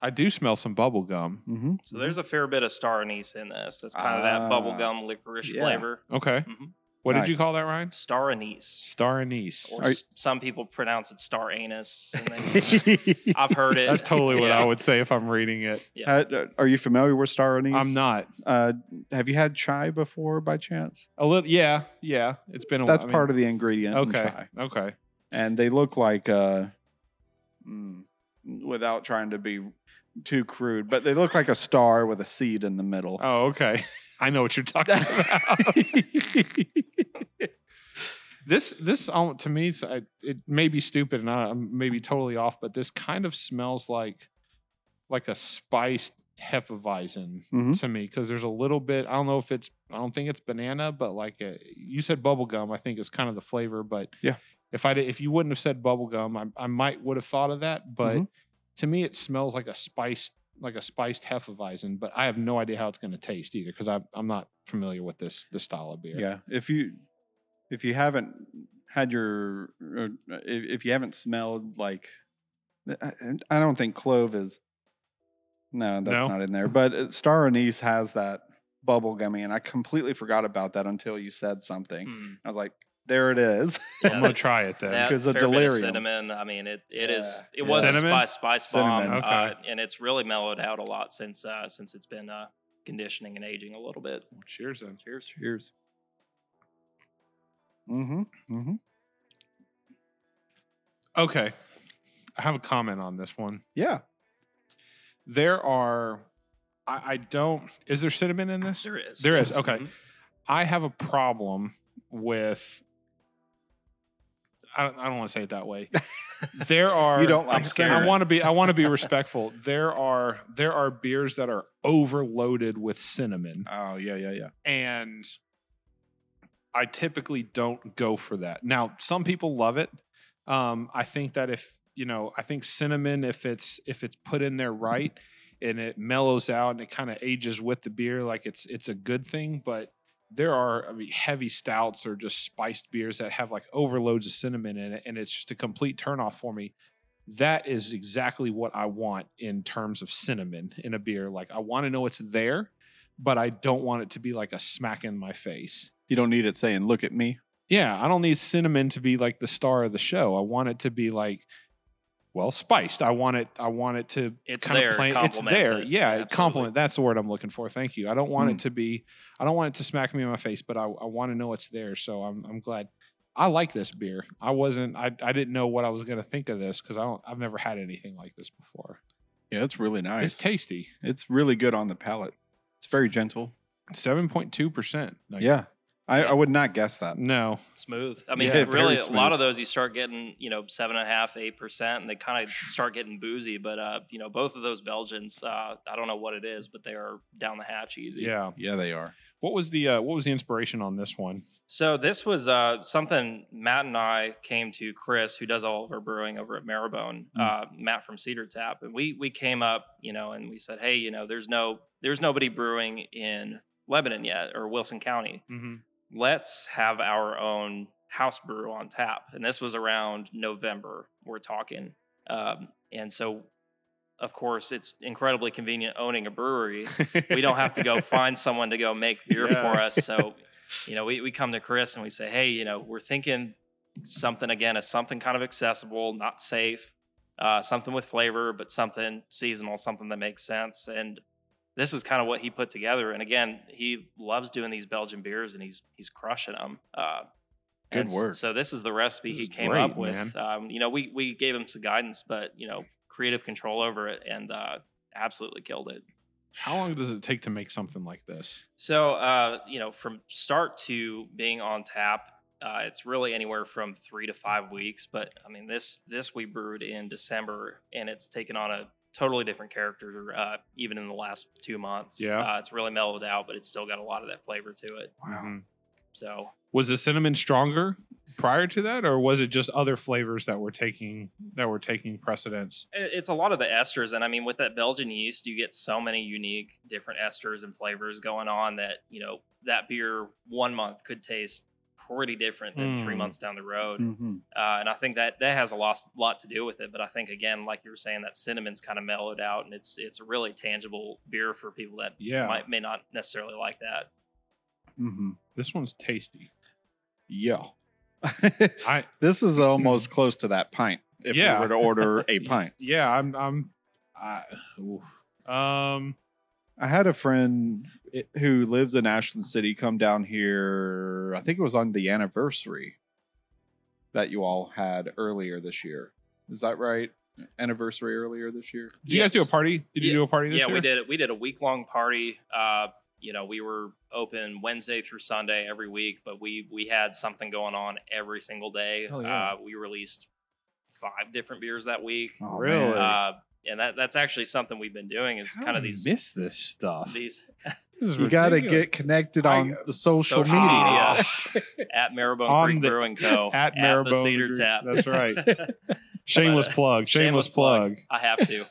B: I do smell some bubble gum.
D: Mm-hmm.
C: So there's a fair bit of star anise in this. That's kind of that
D: Ah,
C: bubblegum licorice
D: yeah.
C: flavor.
B: Okay.
C: Mhm.
B: What did you
D: Nice.
B: call that, Ryan?
C: Star anise.
B: Star anise.
C: Or
D: Are-
C: s- some people pronounce it star anus. And they, I've heard it.
B: That's totally what
C: Yeah.
B: I would say if I'm reading it.
C: Yeah.
D: Uh, are you familiar with star anise?
B: I'm not.
D: Uh, have you had chai before by chance?
B: A little. Yeah. Yeah. It's been a.
D: That's part of the ingredient. in
B: Okay.
D: chai.
B: Okay.
D: and they look like, uh, mm, without trying to be too crude, but they look like a star with a seed in the middle.
B: Oh, okay. I know what you're talking about. Oh. this this um, to me it's, I- it may be stupid and I, I'm maybe totally off, but this kind of smells like like a spiced hefeweizen
D: Mhm.
B: to me because there's a little bit. I don't know if it's I don't think it's banana, but like a, you said, bubble gum. I think is kind of the flavor, but
D: Yeah.
B: If I did, if you wouldn't have said bubble gum, I, I might would have thought of that. But
D: Mhm.
B: to me, it smells like a spiced like a spiced hefeweizen. But I have no idea how it's going to taste either because I'm not familiar with this this style of beer.
D: Yeah, if you if you haven't had your or if, if you haven't smelled like I, I don't think clove is no that's
B: No?
D: not in there but uh, star anise has that bubble gummy and I completely forgot about that until you said something
C: Mm.
D: I was like there it is
C: Yeah,
B: I'm gonna try it then.
C: that
D: 'cause of
C: fair bit
D: delirium.
C: cinnamon. I mean, it it is.
D: Yeah.
C: It was
B: Cinnamon?
C: a spice spice bomb,
D: Cinnamon.
C: uh,
B: Okay.
C: and it's really mellowed out a lot since uh, since it's been uh, conditioning and aging a little bit.
B: Well, cheers then.
C: Cheers.
D: cheers mm-hmm mm-hmm
B: Okay, I have a comment on this one.
D: yeah
B: There are, I, I don't. Is there cinnamon in this?
C: There is.
B: There is,
C: Yes.
B: okay.
C: Mhm.
B: I have a problem with. I don't, I don't want to say it that way. There are.
D: You don't like
B: I'm saying- I
D: cinnamon.
B: want to be. I want to be respectful. There are. There are beers that are overloaded with cinnamon,
D: oh yeah yeah yeah
B: and I typically don't go for that. Now, some people love it. Um, I think that if you know, I think cinnamon, if it's if it's put in there right and it mellows out and it kind of ages with the beer, like it's it's a good thing. But there are I mean, heavy stouts or just spiced beers that have like overloads of cinnamon in it, and it's just a complete turnoff for me. That is exactly what I want in terms of cinnamon in a beer. Like I want to know it's there, but I don't want it to be like a smack in my face.
D: you don't need it saying look at me
B: Yeah, I don't need cinnamon to be like the star of the show. I want it to be like well spiced. I want it I want it to
C: It's
B: kinda
C: there, it
B: it's
C: complements
B: there.
C: it.
B: Yeah, it
C: Absolutely.
B: compliment that's the word I'm looking for. Thank you. I don't want
D: Mm.
B: it to be I don't want it to smack me in my face, but I, I want to know it's there. So I'm I'm glad I like this beer. I wasn't. I, I didn't know what I was gonna think of this because I don't. I've never had anything like this before.
D: Yeah, it's really nice.
B: It's tasty.
D: It's really good on the palate. It's very gentle.
B: Seven point two percent.
D: yeah. I, I would not guess that.
B: No.
C: smooth. I mean,
D: Yeah, very
C: really, a lot
D: smooth.
C: of those you start getting, you know, seven and a half, eight percent, and they kind of start getting boozy. But uh, you know, both of those Belgians, uh, I don't know what it is, but they are down the hatch easy.
B: Yeah.
D: Yeah, they are.
B: What was the uh, What was the inspiration on this one?
C: So this was uh, something Matt and I came to Chris, who does all of our brewing over at Marrowbone, uh, Matt from Cedar Tap, and we we came up, you know, and we said, hey, you know, there's no there's nobody brewing in Lebanon yet or Wilson County.
B: Mm-hmm.
C: let's have our own house brew on tap. And this was around November, we're talking. Um, and so, of course, it's incredibly convenient owning a brewery. We don't have to go find someone to go make beer for
B: Yeah.
C: us. So, you know, we, we come to Chris and we say, hey, you know, we're thinking something again is something kind of accessible, not safe, uh, something with flavor, but something seasonal, something that makes sense. And this is kind of what he put together. And again, he loves doing these Belgian beers, and he's he's crushing them. Uh,
D: Good
C: and s-
D: work.
C: So this is the recipe
B: This
C: he
B: is
C: came
B: great,
C: up with. Um, you know, we we gave him some guidance, but you know, creative control over it, and uh, absolutely killed it.
B: How long does it take to make something like this?
C: So, uh, you know, from start to being on tap, uh, it's really anywhere from three to five weeks. But I mean, this this we brewed in December, and it's taken on a totally different character, uh, even in the last two months.
B: Yeah.
C: uh, it's really mellowed out, but it's still got a lot of that flavor to it.
B: Mhm.
C: So,
B: Was the cinnamon stronger prior to that, or was it just other flavors that were taking that were taking precedence?
C: it- it's a lot of the esters and i mean with that belgian yeast you get so many unique different esters and flavors going on that you know that beer one month could taste pretty different than three
B: Hmm.
C: months down the road
D: Mm-hmm.
C: uh, and i think that that has a lot, lot to do with it but i think again like you were saying that cinnamon's kind of mellowed out and it's it's a really tangible beer for people that
B: Yeah,
C: might may not necessarily like that
D: Mm-hmm.
B: this one's tasty.
D: Yeah.
B: I
D: this is almost close to that pint. If
B: Yeah.
D: we were to order a pint,
B: yeah, I'm I'm I oof. um
D: I had a friend who lives in Ashland City come down here. I think it was on the anniversary that you all had earlier this year. Is that right? Anniversary earlier this year.
B: Did you guys do a
C: Yes.
B: party? Did you
C: Yeah.
B: do a party this
C: yeah,
B: year?
C: we did it. We did a week long party. Uh, you know, we were open Wednesday through Sunday every week, but we we had something going on every single day.
B: Hell yeah.
C: Uh, we released five different beers that week,
D: Oh,
B: Really?
D: man.
C: uh, and that that's actually something we've been doing is
B: How
C: kind of
B: do you
C: these
B: miss this stuff.
C: these
B: This is
D: you got to
B: ridiculous.
D: get connected
B: I-
D: on the social,
C: social
D: media.
C: media. at Marrowbone
B: On
C: Creek
B: the-
C: Brewing Co.
B: at
C: the
B: Marrowbone
C: Cedar
B: Creek.
C: Tap.
B: That's right. Shameless plug. Shameless,
C: Shameless
B: plug.
C: plug. I have to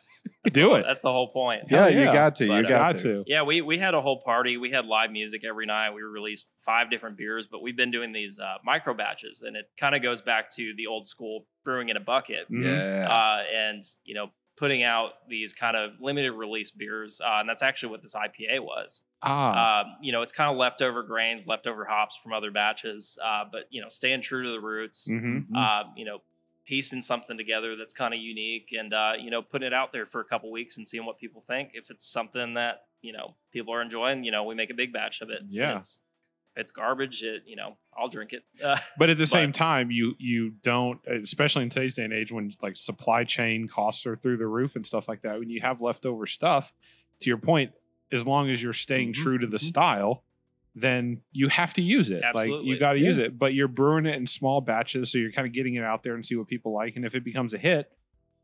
B: Do it.
C: That's the whole point.
D: Oh, Yeah,
B: Hell
D: you
B: yeah.
D: got to. You
C: But,
D: got,
C: uh,
D: to.
C: Yeah, we we had a whole party. We had live music every night. We released five different beers, but we've been doing these uh, micro batches, and it kind of goes back to the old school brewing in a bucket,
D: Mm-hmm.
B: Mhm.
D: Yeah.
C: uh, and you know putting out these kind of limited release beers, uh, and that's actually what this IPA was.
B: Ah,
C: Um, you know, it's kind of leftover grains, leftover hops from other batches, uh, but you know, staying true to the roots.
B: mhm.
C: Uh, you know. Piecing something together that's kind of unique, and uh, you know, putting it out there for a couple weeks and seeing what people think. If it's something that you know people are enjoying, you know, we make a big batch of it. If
B: Yeah.
C: it's, if it's garbage. It you know, I'll drink it. Uh,
B: But at the same
C: but-
B: time, you you don't, especially in today's day and age, when like supply chain costs are through the roof and stuff like that. When you have leftover stuff, to your point, as long as you're staying
D: Mhm,
C: Mm-hmm,
B: true to the
D: mhm.
B: style, then you have to use it. Like you
C: Absolutely.
B: got to use
D: Yeah.
B: it. But you're brewing it in small batches, so you're kind of getting it out there and see what people like. And if it becomes a hit,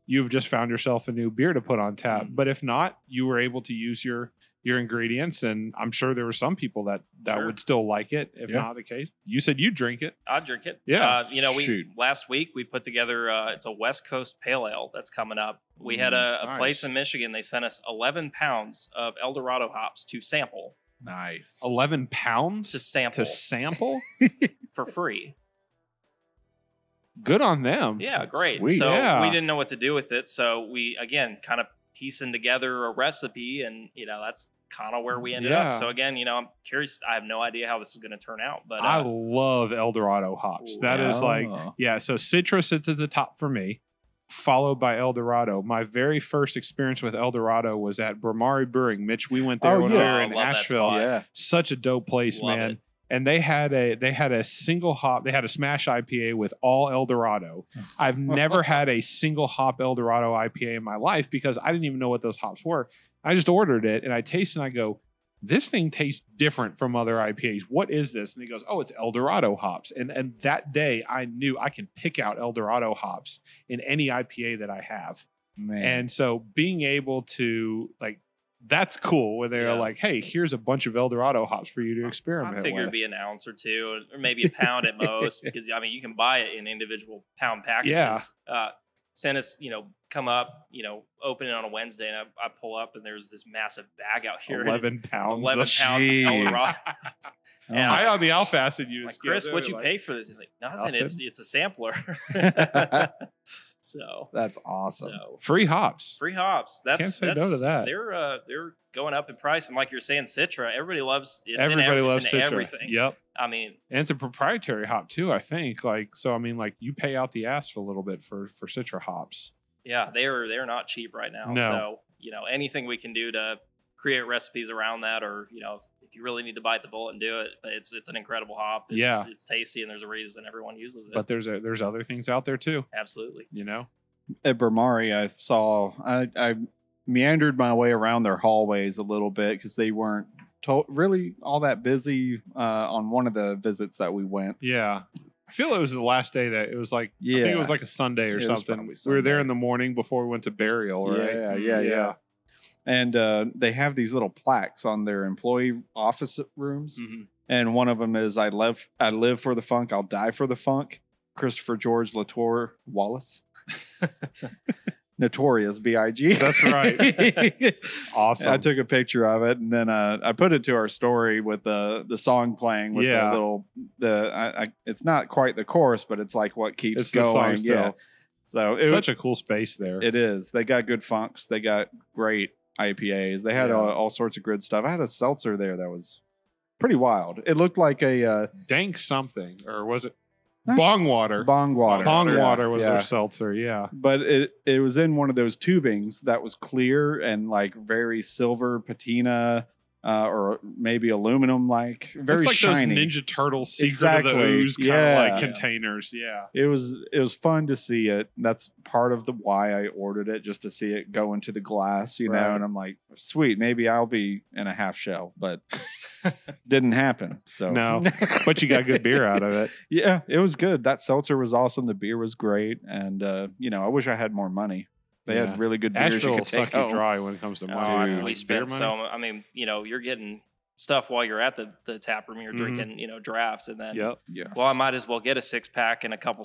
B: you've just found yourself a new beer to put on tap.
C: Mm-hmm.
D: Mhm.
B: But if not, you were able to use your your ingredients, and I'm sure there were some people that that
C: Sure.
B: would still like it. If
D: Yeah.
B: not the case, you said you drink it.
C: I'll drink it.
B: Yeah.
C: Uh, you know, we
D: Shoot.
C: last week we put together uh, it's a West Coast Pale Ale that's coming up. We had a, a
B: Mm, nice.
C: place in Michigan. They sent us 11 pounds of Eldorado hops to sample,
D: nice.
B: 11 pounds
C: to sample
B: to sample.
C: for free.
B: Good on them.
C: Yeah, great.
B: Sweet.
C: So
B: Yeah.
C: we didn't know what to do with it. So we again kind of piecing together a recipe, and you know that's kind of where we ended
B: Yeah.
C: up. So again, you know, I'm curious. I have no idea how this is going to turn out, but
B: I
C: uh,
B: love Eldorado hops. That is like,
D: Oh.
B: yeah. So citrus sits at the top for me, followed by Eldorado. My very first experience with Eldorado was at Bramari Brewing. Mitch, we went there
D: Oh,
B: when
D: yeah.
B: we were in
C: Oh, I love that
B: Asheville.
C: spot.
D: yeah.
B: Such a dope place,
C: Love
B: man.
C: it.
B: and they had a they had a single hop. They had a smash IPA with all Eldorado. I've never had a single hop Eldorado IPA in my life because I didn't even know what those hops were. I just ordered it and I taste and I go, this thing tastes different from other IPAs. What is this? And he goes, oh, it's Eldorado hops. And and that day I knew I can pick out Eldorado hops in any IPA that I have.
D: Man.
C: Mm-hmm.
B: And so being able to like that's cool where they're
C: Yeah.
B: like, hey, here's a bunch of Eldorado hops for you to
C: I
B: experiment
C: figure
B: with.
C: it'd be an ounce or two, or maybe a pound at most, because I mean you can buy it in individual pound packages.
B: Yeah.
C: Uh, send us, you know, come up, you know, open it on a Wednesday, and I, I pull up, and there's this massive bag out here. and it's-
B: Eleven
C: it's
B: pounds.
C: Eleven pounds. of
D: Jeez.
C: Eldorado.
D: Oh,
C: and
B: I on the Alfacid you
C: like Chris, what you pay for this? He's like nothing.
B: "Nothing."
C: It's it's a sampler. so,
D: that's awesome.
C: so
B: Free hops.
C: free hops. That's
B: Can't say
C: that's,
B: no to that.
C: They're uh, they're going up in price, and like you're saying, Citra. Everybody loves. It's in
B: Everybody
C: ev-
B: loves
C: it's in
B: Citra.
C: everything.
B: Yep.
C: I mean,
B: And it's a proprietary hop too, I think. Like so I mean like you pay out the ass for a little bit for for Citra hops.
C: yeah, they are they're not cheap right now.
B: No.
C: So you know anything we can do to create recipes around that, or you know if, if you really need to bite the bullet and do it, but it's it's an incredible hop. It's,
B: Yeah.
C: it's tasty and there's a reason everyone uses it.
B: But there's a, there's other things out there too,
C: Absolutely.
B: you know?
D: at Bermari, I saw I, I meandered my way around their hallways a little bit because they weren't to- really all that busy uh, on one of the visits that we went.
B: Yeah. I feel it was the last day that it was like I think
D: Yeah.
B: it was like a Sunday
D: It
B: or
D: was
B: something.
D: probably
B: We were there
D: Sunday.
B: in the morning before we went to burial, right?
D: Yeah, yeah, yeah,
B: Yeah.
D: And uh, they have these little plaques on their employee office rooms, and one of them is "I live, I live for the funk, I'll die for the funk." Christopher George Latour Wallace, notorious B.I.G.
B: That's right. awesome.
D: I took a picture of it and then uh, I put it to our story with the the song playing with
B: Yeah.
D: the little the I, I, it's not quite the chorus but it's like what keeps
B: It's the
D: going.
B: song still.
D: Yeah. So it,
B: It's such a cool space there.
D: it is. They got good funks. They got great IPAs. They had uh,
B: Yeah.
D: all, all sorts of good stuff. I had a seltzer there that was pretty wild. It looked like a uh,
B: Dank something, or was it
D: Huh?
B: bong water?
D: bong water.
B: Bong
D: Yeah,
B: water was
D: yeah.
B: their seltzer. Yeah.
D: but it it was in one of those tubings that was clear and like very silver patina uh, or maybe aluminum like very
B: it's like
D: shiny.
B: those Ninja Turtles secret of the
D: Exactly.
B: ooze kind of
D: Yeah.
B: like containers. Yeah.
D: it was it was fun to see it. That's part of the why I ordered it just to see it go into the glass, you
B: Right.
D: know. And I'm like, sweet, maybe I'll be in a half shell, but didn't happen. So
B: No, But you got good beer out of it.
D: yeah, it was good. That seltzer was awesome. The beer was great, and uh, you know, I wish I had more money. They
B: Yeah.
D: had really good beers.
B: Asheville
D: you
B: will
D: could take
B: suck you
D: home.
B: dry when it comes to
C: Oh,
B: money.
C: I
D: Dude.
C: mean,
B: Like
C: we
B: beer
C: spent
B: money?
C: so. mu- I mean, you know, you're getting stuff while you're at the the tap room. You're
B: Mhm.
C: drinking, you know, drafts, and then
B: Yep.
D: Yes.
C: well, I might as well get a six pack and a couple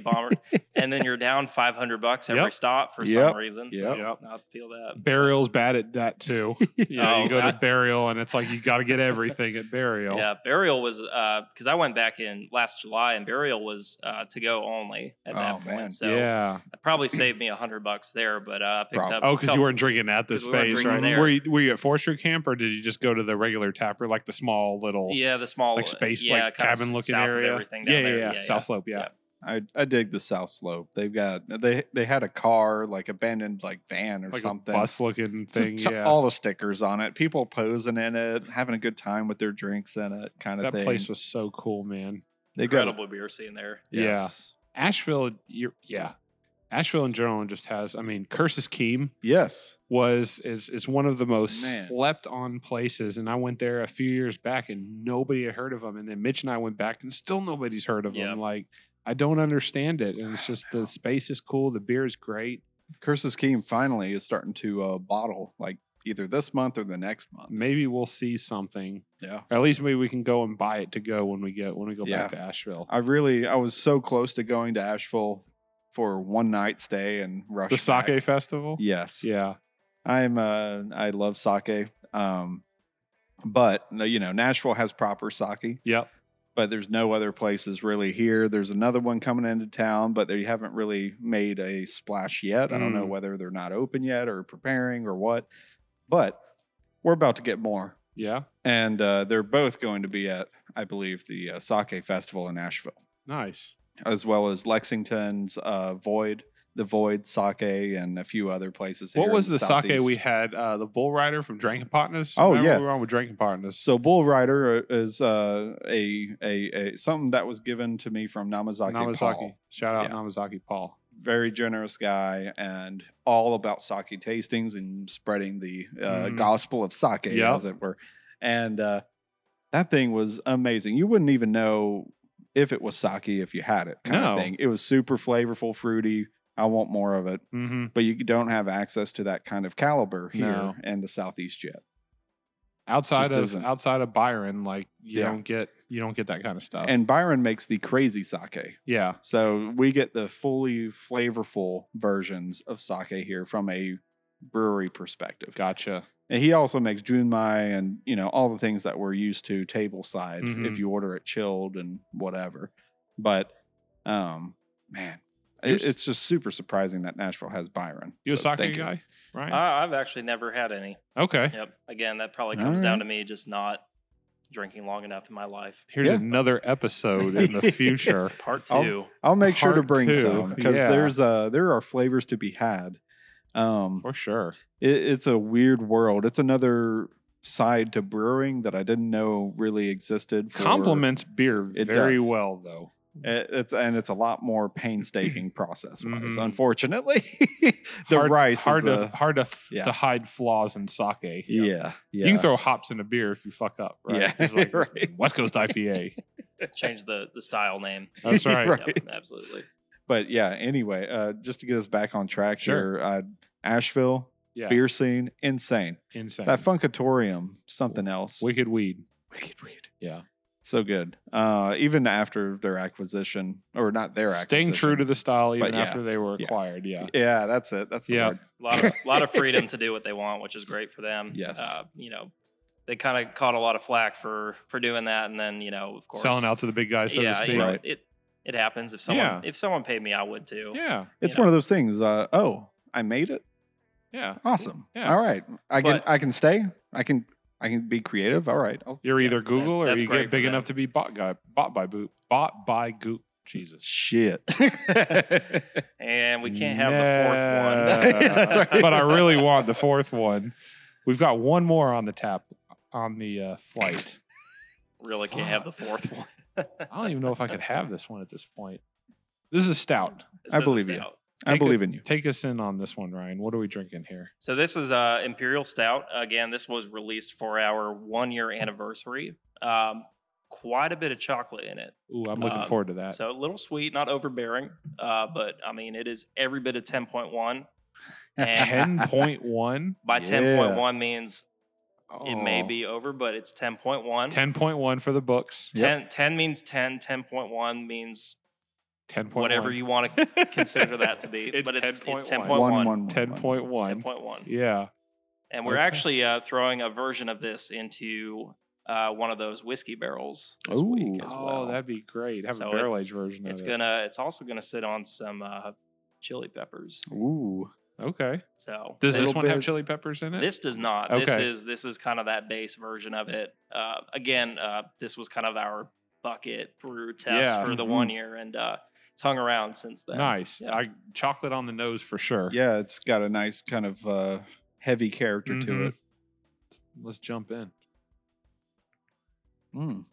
C: bomber, and then you're down five hundred bucks every
B: Yep.
C: stop for
D: Yep.
C: some reason. So
B: Yep.
C: I feel that.
B: Burial's bad at that too. You, know, you
C: Oh,
B: go to
C: that-
B: burial and it's like you got to get everything at burial.
C: Yeah, burial was because I went back in last July, and burial was uh, to go only at that
D: Oh,
C: point.
D: man.
C: So
B: yeah.
C: that probably saved me a hundred bucks there, but uh, I picked
D: Prob-
C: up.
B: Oh,
C: a
B: because you
C: couple-
B: weren't drinking at the
C: 'cause we weren't
B: space, right?
C: drinking there.
B: Were you, were you at Forestry Camp or did you just go to the regular tap or like the small little
C: Yeah, the small
B: like space
C: yeah,
B: like
C: kinda
B: cabin looking
C: south of
B: area?
C: everything down
B: yeah,
C: there.
B: yeah, yeah, South Slope. Yeah.
C: Yeah.
D: I, I dig the South Slope. They've got they they had a car like abandoned like van or
B: Like
D: something.
B: a bus looking thing.
D: Just
B: Yeah.
D: all the stickers on it. People posing in it, having a good time with their drinks in it, kind of
B: that
D: thing.
B: place was so cool, man.
D: they
C: incredible beer scene there.
D: Got, yes,
B: Asheville, you're, yeah. Asheville in general just has, I mean, Cursus Keem
D: yes.
B: was is is one of the most
D: Man.
B: slept on places, and I went there a few years back, and nobody had heard of them. And then Mitch and I went back, and still nobody's heard of
C: Yeah.
B: them. Like I don't understand it, and it's just the space is cool, the beer is great.
D: Curses Keem finally is starting to uh, bottle like either this month or the next month.
B: Maybe we'll see something,
D: Yeah.
B: or at least maybe we can go and buy it to go when we get when we go back to Asheville.
D: I really I was so close to going to Asheville for one night stay and rush
B: The
D: back.
B: sake festival,
D: Yes.
B: yeah,
D: I'm uh I love sake. Um but you know, Nashville has proper sake,
B: yep,
D: but there's no other places really here. There's another one coming into town, but they haven't really made a splash yet. I don't know
B: Mm.
D: whether they're not open yet or preparing or what. But we're about to get more.
B: yeah,
D: And uh, they're both going to be at, I believe, the uh, Sake Festival in Nashville,
B: nice,
D: as well as Lexington's uh, Void. the Void Sake and a few other places.
B: What
D: here
B: was
D: in
B: the, sake we
D: southeast.
B: had? Uh, the Bull Rider from Drinking Partners.
D: Oh,
B: Remember
D: yeah.
B: we were on with Drinking Partners.
D: So Bull Rider is uh, a, a a something that was given to me from Namazaki.
B: Namazaki,
D: Paul.
B: shout out
D: Yeah.
B: Namazaki Paul.
D: very generous guy and all about sake tastings and spreading the uh,
B: Mhm.
D: gospel of sake,
B: Yep.
D: as it were. And uh, that thing was amazing. You wouldn't even know if it was sake if you had it, kind
B: No.
D: of thing. It was super flavorful, fruity. I want more of it,
B: Mm-hmm.
D: but you don't have access to that kind of caliber here
B: No.
D: in the southeast yet.
B: Outside
D: Just
B: of
D: doesn't-
B: outside of Byron, like you
D: Yeah.
B: don't get you don't get that kind of stuff.
D: And Byron makes the crazy sake.
B: yeah,
D: So we get the fully flavorful versions of sake here from a brewery perspective.
B: gotcha.
D: And he also makes junmai and you know all the things that we're used to table side
B: Mhm.
D: if you order it chilled and whatever. But um, man, it-
B: You're s-
D: it's just super surprising that Nashville has Byron.
B: You a
D: So
B: sake
D: thank you.
B: guy, right?
C: I, I've actually never had any.
B: okay.
C: Yep. Again, that probably
D: All
C: comes down to
D: right.
C: me just not drinking long enough in my life.
B: Here's
D: Yeah.
B: another episode in the future.
C: Part
D: I'll-
C: two.
D: I'll make sure to
B: Part
D: bring
B: two,
D: some because
B: yeah.
D: there's uh there are flavors to be had. Um,
B: For sure.
D: it, it's a weird world. It's another side to brewing that I didn't know really existed. for-
B: Complements beer
D: It
B: very
D: does.
B: well though.
D: It- it's and it's a lot more painstaking process wise.
B: Mhm.
D: Unfortunately, the
B: hard,
D: rice
B: hard
D: is
B: to
D: a-
B: hard to, f-
D: yeah.
B: to hide flaws in sake. Yeah.
D: yeah, yeah.
B: You can throw hops in a beer if you fuck up, right?
D: Yeah,
B: It's like
D: right.
B: West Coast IPA.
C: Change the the style name.
B: That's right.
D: Right.
C: Yep, absolutely.
D: but yeah. Anyway, uh, just to get us back on track
B: Sure.
D: here, uh, Asheville
B: Yeah,
D: beer scene insane.
B: insane.
D: That Funkatorium, something else.
B: Wicked weed.
D: Wicked weird.
B: Yeah,
D: So good. Uh, even after their acquisition, or not their
B: staying true to the style even
D: But yeah,
B: after they were
D: yeah.
B: acquired. Yeah,
D: Yeah, that's it. That's the
B: Yeah.
D: word.
C: A lot of lot of freedom to do what they want, which is great for them.
D: Yes.
C: Uh, you know, they kind of caught a lot of flack for for doing that, and then you know, of course,
B: selling out to the big guys, so
C: yeah,
B: to speak.
C: you know,
D: Right.
C: it it happens. If someone
B: Yeah.
C: if someone paid me, I would too.
B: Yeah,
D: It's
C: know.
D: one of those things. Uh, oh, I made it.
B: yeah.
D: Awesome.
B: Yeah.
D: All right. I can
C: But-
D: I can stay. I can I can be creative. All right. I'll,
B: You're either
C: Yeah,
B: Google or
C: that's
B: you
C: great
B: get
C: for
B: big
C: them.
B: enough to be bought guy, bought by boot, bought by Goop. Jesus.
D: shit.
C: And we can't have the fourth one.
D: Yeah, that's right.
B: But I really want the fourth one. We've got one more on the tap on the uh, flight.
C: really can't have the fourth one.
B: I don't even know if I could have this one at this point. This is stout.
C: It
D: I
C: says
D: believe
C: it's
D: you.
C: out.
D: I
B: Take a-
D: believe in you.
B: Take us in on this one, Ryan. What are we drinking here?
C: So this is uh, Imperial Stout. Again, this was released for our one year anniversary. Um, quite a bit of chocolate in it.
B: Ooh, I'm looking
C: Um,
B: forward to that.
C: So a little sweet, not overbearing, uh, but I mean, it is every bit of 10.1. And
B: Ten point one.
C: by
D: Yeah.
C: 10.1 means it
D: Oh.
C: may be over, but it's 10.1. 10,
B: Ten point one for the books.
C: 10 means 10, 10.1 means
B: Ten point
C: whatever you want to consider that to be.
B: It's
C: but it's, it's
B: 10.1.
C: 10.1.
B: Ten point one.
C: 10.1.
B: Yeah.
C: And we're
B: Okay.
C: actually uh, throwing a version of this into uh, one of those whiskey barrels this week
D: Ooh.
C: as
B: oh,
C: well.
B: that'd be great. Have
C: So
B: a
C: it-
B: barrel aged version
C: it's
B: of
C: gonna. It's also gonna sit on some uh, chili peppers.
D: Ooh.
B: it. Okay.
C: So
B: Does this
D: Little
B: one have
D: bit-
B: chili peppers in it?
C: This does not. This
B: Okay.
C: is this is kind of that base version of it. Uh, again, uh, this was kind of our bucket brew test
B: Yeah. Mm-hmm.
C: for the
D: Mhm.
C: one year, and uh, it's hung around since then.
B: nice.
C: Yeah.
B: I chocolate on the nose for sure.
D: Yeah, it's got a nice kind of uh, heavy character to
B: Mhm.
D: it.
B: Let's jump in.
D: Mm.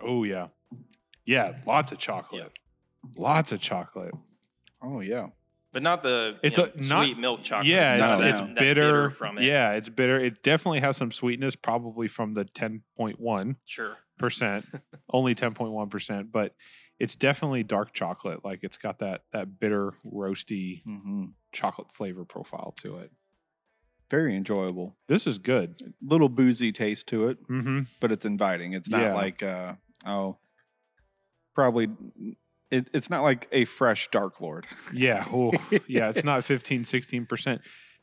B: Oh yeah. Yeah, lots of chocolate. Lots of chocolate.
D: Oh yeah.
C: but not the
B: It's
C: you
B: a-
C: know,
B: not-
C: sweet milk chocolate.
B: Yeah,
C: not
B: it's,
D: No,
C: that-
B: it's
D: no.
C: that
B: bitter.
C: from it.
B: Yeah, it's bitter. It definitely has some sweetness, probably from the ten point one
C: sure.
B: percent, only ten point one percent, but it's definitely dark chocolate. Like it's got that that bitter, roasty
D: hmm
B: chocolate flavor profile to it.
D: Very enjoyable.
B: This is good.
D: Little boozy taste to it,
B: Mm-hmm.
D: but it's inviting. It's not
B: Yeah.
D: like uh, oh, probably. It, it's not like a fresh Dark Lord.
B: Yeah. ooh, yeah. It's not 15, 16%.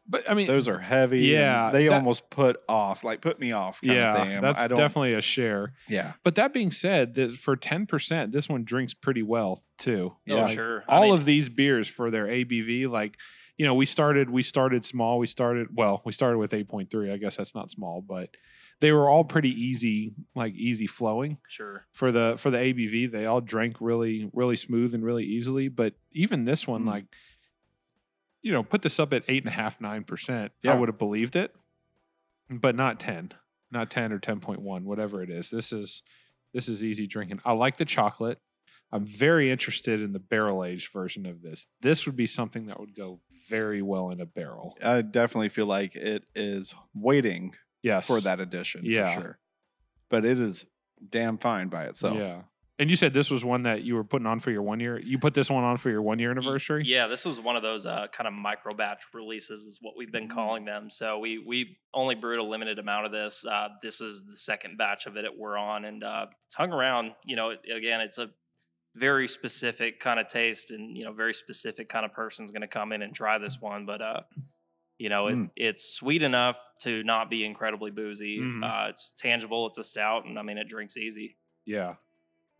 B: But I mean,
D: Those are heavy. and
B: Yeah,
D: they
B: that-
D: almost put off, like put me off. Kind
B: yeah,
D: of thing. I'm-
B: that's
D: I don't,
B: definitely a share.
D: Yeah,
B: But that being said, that for 10%, this one drinks pretty well too.
D: Yeah.
C: Oh,
B: Like,
C: sure. I
B: all
C: mean,
B: of these beers for their ABV. Like, you know, we started we started small. We started well, we started with 8.3. I guess that's not small, but they were all pretty easy, like easy flowing
C: Sure.
B: for the for the ABV. They all drank really really smooth and really easily. But even this one,
D: Mm.
B: like you know, put this up at eight and a half nine percent, I
D: Yeah.
B: would have believed it, but not ten, not ten or ten point one, whatever it is. This is this is easy drinking. I like the chocolate. I'm very interested in the barrel aged version of this. This would be something that would go very well in a barrel.
D: I definitely feel like it is waiting
B: Yes,
D: for that edition
B: Yeah.
D: for sure. But it is damn fine by itself.
B: yeah. And you said this was one that you were putting on for your one year. You put this one on for your one year anniversary.
C: Yeah, this was one of those uh, kind of micro batch releases, is what we've been calling them. So we we only brewed a limited amount of this. Uh, this is the second batch of it that we're on, and uh, it's hung around. You know, it- again, it's a very specific kind of taste, and you know, very specific kind of person's going to come in and try this one. But uh, you know, it's it's sweet enough to not be incredibly boozy.
B: Mhm.
C: Uh, it's tangible. It's a stout, and I mean, it drinks easy.
B: Yeah.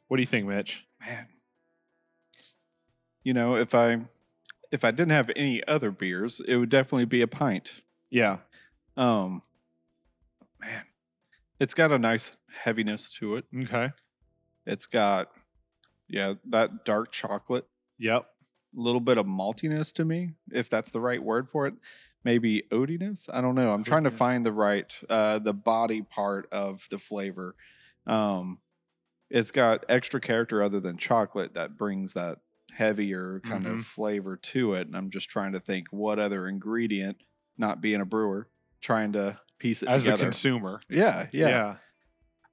B: What do you think, Mitch?
D: Man. You know, if I if I didn't have any other beers, it would definitely be a pint.
B: Yeah.
D: Um man. It's got a nice heaviness to it.
B: Okay.
D: It's got yeah, that dark chocolate
B: Yep.
D: little bit of maltiness to me, if that's the right word for it. Maybe oatiness. I don't know. I'm trying to
B: Oatiness.
D: find the right uh the body part of the flavor. Um it's got extra character other than chocolate that brings that heavier kind
B: Mhm.
D: of flavor to it. And I'm just trying to think what other ingredient, not being a brewer, trying to piece it
B: As a
D: together.
B: consumer.
D: yeah, yeah.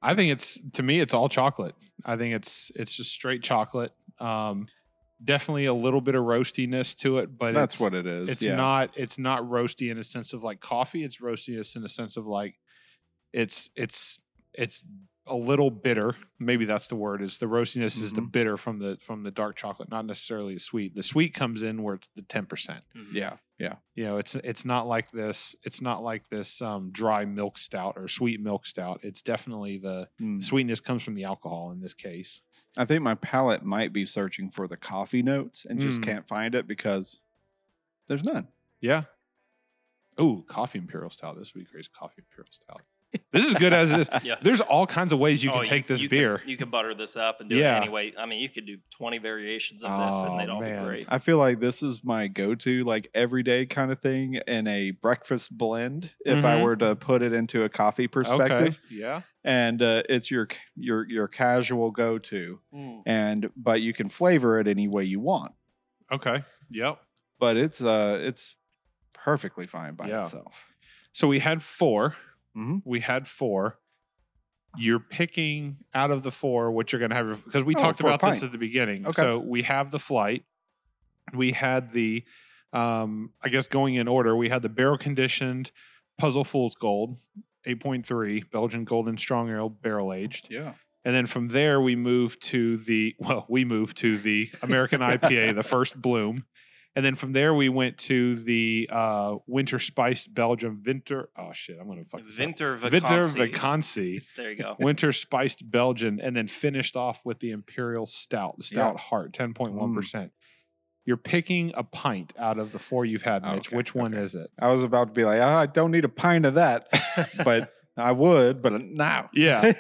B: I think it's to me it's all chocolate. I think it's it's just straight chocolate. Um definitely a little bit of roastiness to it, but
D: That's
B: it's,
D: what it is.
B: it's
D: yeah.
B: not it's not roasty in a sense of like coffee it's roastiness in a sense of like it's it's it's a little bitter maybe that's the word is the roastiness is the
D: Mhm.
B: bitter from the from the dark chocolate not necessarily the sweet the sweet comes in where it's the 10%
D: yeah. Yeah.
B: you know it's it's not like this it's not like this um, dry milk stout or sweet milk stout it's definitely the
D: Mm.
B: sweetness comes from the alcohol in this case
D: I think my palate might be searching for the coffee notes and just
B: Mm.
D: can't find it because there's none.
B: Yeah. Oh, coffee imperial stout. This would be great. Coffee imperial stout. This is good as it is.
C: Yeah.
B: There's all kinds of ways you
C: Oh,
B: can take this
C: you could-
B: beer.
C: you can butter this up and do
B: Yeah.
C: it anyway. I mean, you could do 20 variations of this
B: Oh,
C: and they'd all
B: man.
C: be great.
D: I feel like this is my go-to, like everyday kind of thing in a breakfast blend. If I
B: Mhm.
D: were to put it into a coffee perspective,
B: Okay. Yeah.
D: and uh, it's your your your casual go-to, and but you can flavor it any way you want.
B: Okay. Yep.
D: But it's uh it's perfectly fine by
B: Yeah.
D: itself.
B: So we had 4
D: Mhm.
B: We had four. You're picking out of the four what you're going to have because we
D: Oh,
B: talked
D: for a
B: about this
D: pint.
B: at the beginning.
D: Okay.
B: So we have the flight. We had the, um, I guess going in order, we had the barrel conditioned Puzzle Fool's Gold, 8.3, Belgian Golden Strong Ale barrel aged.
D: Yeah,
B: And then from there, we moved to the, well, we moved to the American IPA, the first bloom. And then from there, we went to the uh, winter spiced Belgium winter. Oh, shit. I'm going to fuck this up.
C: Vinter
B: Winter
C: Vacancy.
B: Vacancy,
C: There you go.
B: winter spiced Belgian, and then finished off with the Imperial Stout, the Stout Heart, 10.1%. You're picking a pint out of the four you've had,
D: Oh,
B: Mitch.
D: okay,
B: Which one
D: okay.
B: is it?
D: I was about to be like, "Ah, I don't need a pint of that, but I would, but uh, now.
B: Yeah.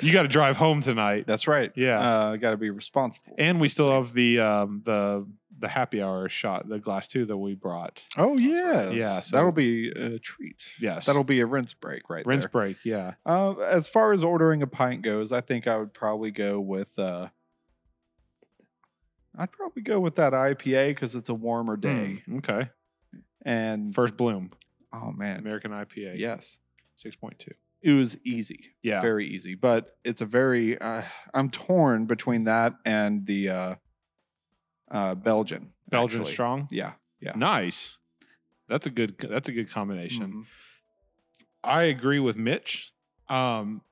B: you got to drive home tonight.
D: That's right.
B: Yeah.
D: Uh, got to be responsible.
B: and we still have the um the the happy hour shot the glass two that we brought
D: oh
C: That's right.
D: yes,
B: Yeah, so-
D: that'll be a treat.
B: yes
D: That'll be a rinse break right
B: rinse
D: there.
B: break yeah
D: Uh, as far as ordering a pint goes, I think I would probably go with. Uh, I'd probably go with that IPA because it's a warmer day.
B: Mm, okay
D: And
B: first bloom
D: oh man,
B: american ipa
D: yes,
B: 6.2
D: it was easy,
B: yeah
D: very easy. But it's a very. Uh, I'm torn between that and the uh, uh, Belgian.
B: belgian
D: actually.
B: strong
D: Yeah. Yeah.
B: nice that's a good that's a good combination
D: Mhm.
B: i agree with mitch um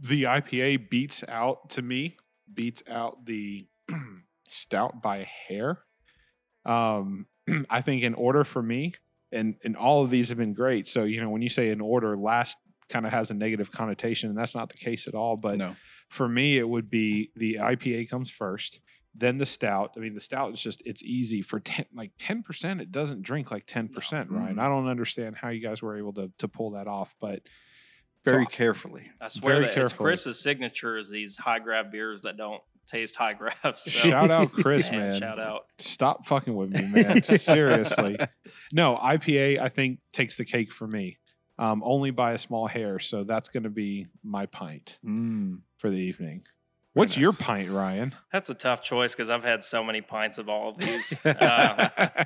B: the ipa beats out to me beats out the stout by a hair um i think in order for me and and all of these have been great so you know when you say in order last kind of has a negative connotation and that's not the case at all but
D: no.
B: for me it would be the ipa comes first then the stout i mean the stout is just it's easy for 10 like 10% it doesn't drink like 10% right
D: No.
B: i don't understand how you guys were able to to pull that off but
D: very carefully.
C: I swear
B: Very
C: that it's
B: carefully.
C: Chris's signature is these high grab beers that don't taste high grab. So
B: Shout out Chris,
C: Yeah,
B: man.
C: Shout out.
B: Stop fucking with me, man. Seriously. No, IPA, I think, takes the cake for me. Um, only by a small hair. So that's going to be my pint
D: Mm.
B: for the evening. What's
D: nice.
B: your pint, Ryan?
C: That's a tough choice because I've had so many pints of all of these. uh,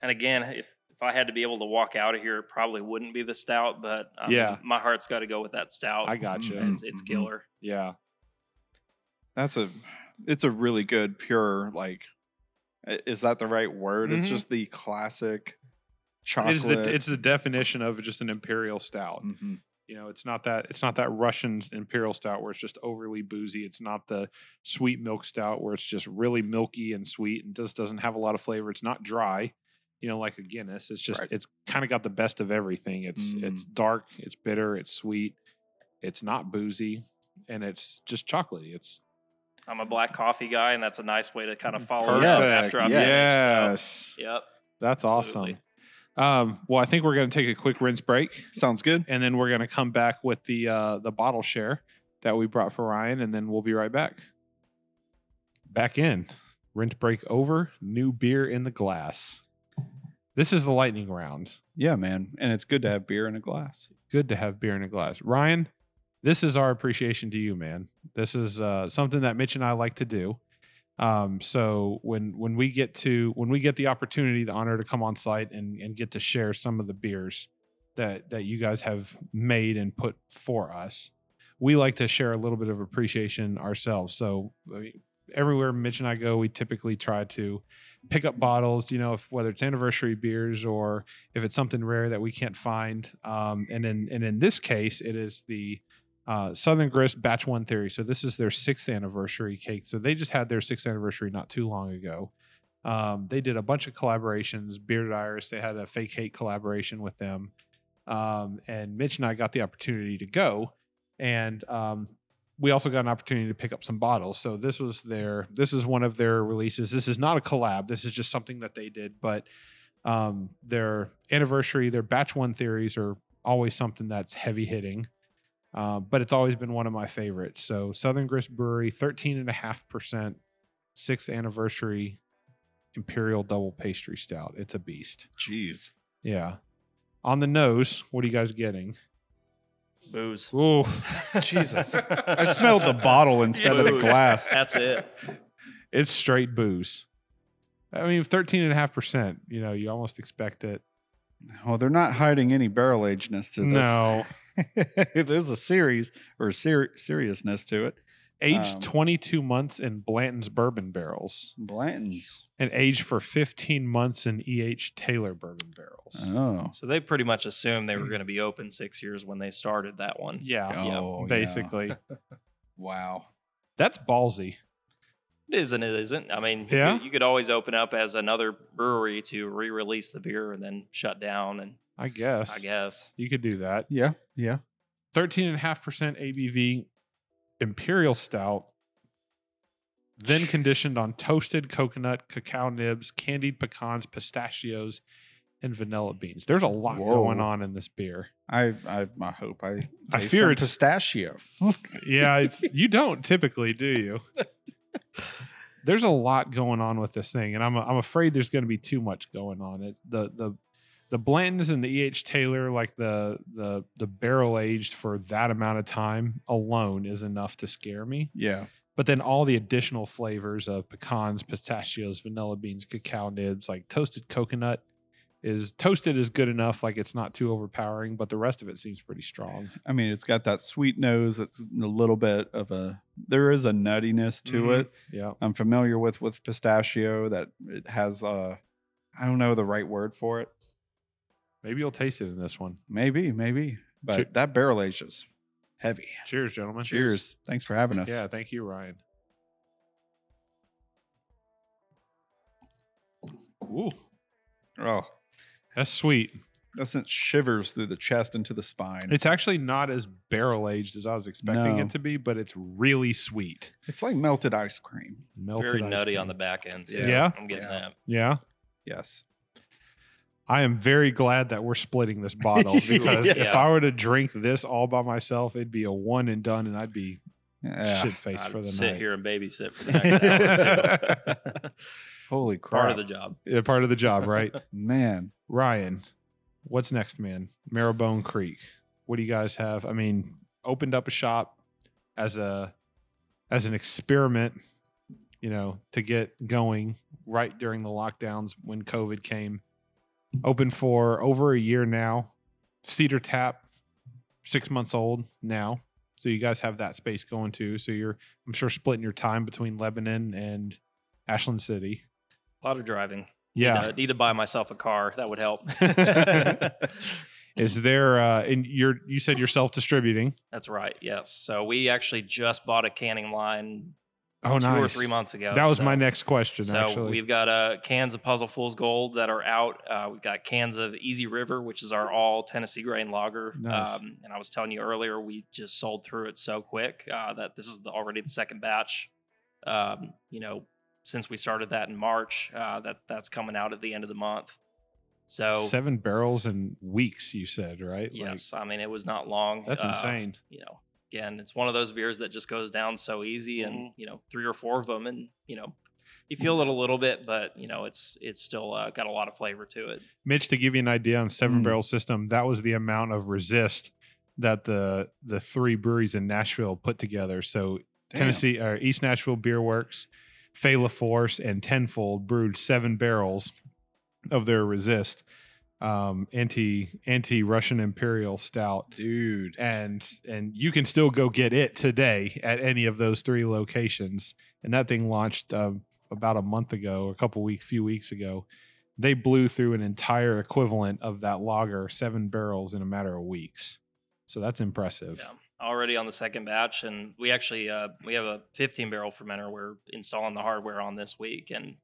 C: and again, if, if I had to be able to walk out of here, it probably wouldn't be the stout, but um,
B: Yeah.
C: my heart's got to go with that stout.
B: I got Mm-hmm. you.
C: It's, it's
D: Mhm.
C: killer.
B: Yeah.
D: That's a it's a really good pure like i- is that the right word? It's
B: Mhm.
D: just the classic chocolate.
B: It's the, it's the definition of just an imperial stout.
D: Mhm.
B: You know, it's not that it's not that Russian imperial stout where it's just overly boozy. It's not the sweet milk stout where it's just really milky and sweet and just doesn't have a lot of flavor. It's not dry, you know, like a Guinness. It's just
D: Right.
B: it's kind of got the best of everything. It's it's dark, it's bitter, it's sweet, it's not boozy, and it's just chocolatey. It's
C: I'm a black coffee guy, and that's a nice way to kind of follow it up
B: perfect.
C: after I've
B: Yes.
C: finished. So, yep.
B: That's
C: Absolutely.
B: awesome. Um, well, I think we're going to take a quick rinse break.
D: Sounds good.
B: and then we're going to come back with the uh, the bottle share that we brought for Ryan, and then we'll be right back. Back in, rinse break over, new beer in the glass. This is the lightning round.
D: Yeah, man. And it's good to have beer in a glass.
B: Good to have beer in a glass, Ryan. This is our appreciation to you, man. This is uh, something that Mitch and I like to do. Um, so when when we get to when we get the opportunity, the honor to come on site and and get to share some of the beers that that you guys have made and put for us, we like to share a little bit of appreciation ourselves. So I mean, everywhere Mitch and I go, we typically try to pick up bottles. You know, if whether it's anniversary beers or if it's something rare that we can't find. Um, and in and in this case, it is the uh, Southern Grist Batch One Theory. So this is their sixth anniversary cake. So they just had their sixth anniversary not too long ago. Um, they did a bunch of collaborations. Bearded Iris, they had a fake hate collaboration with them, um, and Mitch and I got the opportunity to go, and um, we also got an opportunity to pick up some bottles. So this was their this is one of their releases. This is not a collab. This is just something that they did, but um, their anniversary, their batch one theories are always something that's heavy hitting. Uh, but it's always been one of my favorites. So Southern Grist Brewery, 13.5%, sixth anniversary Imperial Double Pastry Stout. It's a beast.
D: Jeez.
B: Yeah. On the nose, what are you guys getting?
C: Booze.
B: Ooh,
D: Jesus. I smelled the bottle instead of the
C: Booze.
D: glass.
C: That's it.
B: it's straight booze. I mean, 13.5%, you know, you almost expect it.
D: Well, they're not hiding any barrel agedness to this.
B: No.
D: it is a series or ser- seriousness to it.
B: Aged
D: Um,
B: 22 months in Blanton's bourbon barrels.
D: Blanton's.
B: and aged for 15 months in EH Taylor bourbon barrels.
D: Oh.
C: So they pretty much assumed they were going to be open six years when they started that one.
B: yeah,
C: yeah,
D: Oh, yeah.
B: basically.
D: Wow.
B: That's ballsy.
C: It isn't. It isn't. I mean, you
B: Yeah.
C: could- you could always open up as another brewery to re-release the beer and then shut down. And
B: I guess.
C: I guess
B: You could do that.
D: Yeah. Yeah.
B: 13.5% ABV Imperial Stout, then conditioned on toasted coconut, cacao nibs, candied pecans, pistachios, and vanilla beans. There's a lot
D: Whoa.
B: going on in this beer.
D: I I, I hope I. Taste
B: I fear
D: some
B: it's-
D: pistachio.
B: yeah, it's, you don't typically, do you? There's a lot going on with this thing, and I'm I'm afraid there's going to be too much going on. It the the the Blantons and the EH Taylor, like the the the barrel aged for that amount of time alone, is enough to scare me.
D: yeah.
B: But then all the additional flavors of pecans, pistachios, vanilla beans, cacao nibs, like toasted coconut, is toasted is good enough. Like it's not too overpowering, but the rest of it seems pretty strong.
D: I mean, it's got that sweet nose. It's a little bit of a. There is a nuttiness to
B: Mhm.
D: it.
B: Yeah,
D: I'm familiar with with pistachio. That it has a. I don't know the right word for it.
B: maybe you'll taste it in this one.
D: Maybe, maybe. But
B: Cheer-
D: that barrel age is heavy.
B: Cheers, gentlemen.
D: Cheers. Thanks for having us.
B: Yeah, thank you, Ryan. Ooh,
D: Oh,
B: that's sweet.
D: that sent shivers through the chest into the spine.
B: It's actually not as barrel aged as I was expecting
D: No.
B: it to be, but it's really sweet.
D: It's like melted ice cream.
B: Melted
C: very
B: ice
C: nutty on the
B: cream.
C: back end. Too.
B: Yeah.
C: I'm getting
D: Yeah.
C: that.
B: Yeah.
D: Yes.
B: I am very glad that we're splitting this bottle because if
C: Yeah.
B: I were to drink this all by myself, it'd be a one and done, and I'd be
D: Yeah.
B: shit faced
E: I'd
B: for the
E: sit
B: night.
E: here and babysit for the next hour. too.
D: Holy crap.
E: Part of the job.
B: Yeah, part of the job, right?
D: Man.
B: Ryan, what's next, man? Marrowbone Creek. What do you guys have? I mean, opened up a shop as a as an experiment, you know, to get going right during the lockdowns when COVID came. Open for over a year now. Cedar Tap, six months old now. So you guys have that space going too. So you're, I'm sure, splitting your time between Lebanon and Ashland City.
C: A lot of driving.
B: Yeah,
C: Need to, need to buy myself a car. That would help.
B: Is there uh and you're you said you're self distributing.
C: That's right. Yes. So we actually just bought a canning line
B: Oh
C: two
B: nice.
C: or three months ago.
B: That was
C: so-
B: my next question
C: So
B: actually.
C: we've got uh, cans of Puzzle Fools Gold that are out. Uh, we've got cans of Easy River, which is our all Tennessee grain lager.
B: Nice.
C: Um, and I was telling you earlier, we just sold through it so quick uh, that this is the, already the second batch. Um, you know, since we started that in March, uh, that that's coming out at the end of the month. So
B: seven barrels in weeks, you said, right? Like,
C: yes, I mean it was not long.
B: that's
C: Uh,
B: insane.
C: You know, again, it's one of those beers that just goes down so easy,
B: Mm-hmm.
C: and you know, three or four of them, and you know, you feel it a little bit, but you know, it's it's still uh, got a lot of flavor to it.
B: Mitch, to give you an idea on seven
D: Mm.
B: barrel system, that was the amount of resist that the the three breweries in Nashville put together. So
D: Damn.
B: Tennessee or East Nashville Beer Works, Fela Force, and Tenfold brewed seven barrels of their resist um, anti anti Russian Imperial Stout.
D: Dude.
B: and and you can still go get it today at any of those three locations. And that thing launched uh, about a month ago, a couple weeks, few weeks ago. They blew through an entire equivalent of that lager, seven barrels in a matter of weeks. So that's impressive.
C: Yeah. Already on the second batch, and we actually uh, we have a 15 barrel fermenter. We're installing the hardware on this week, and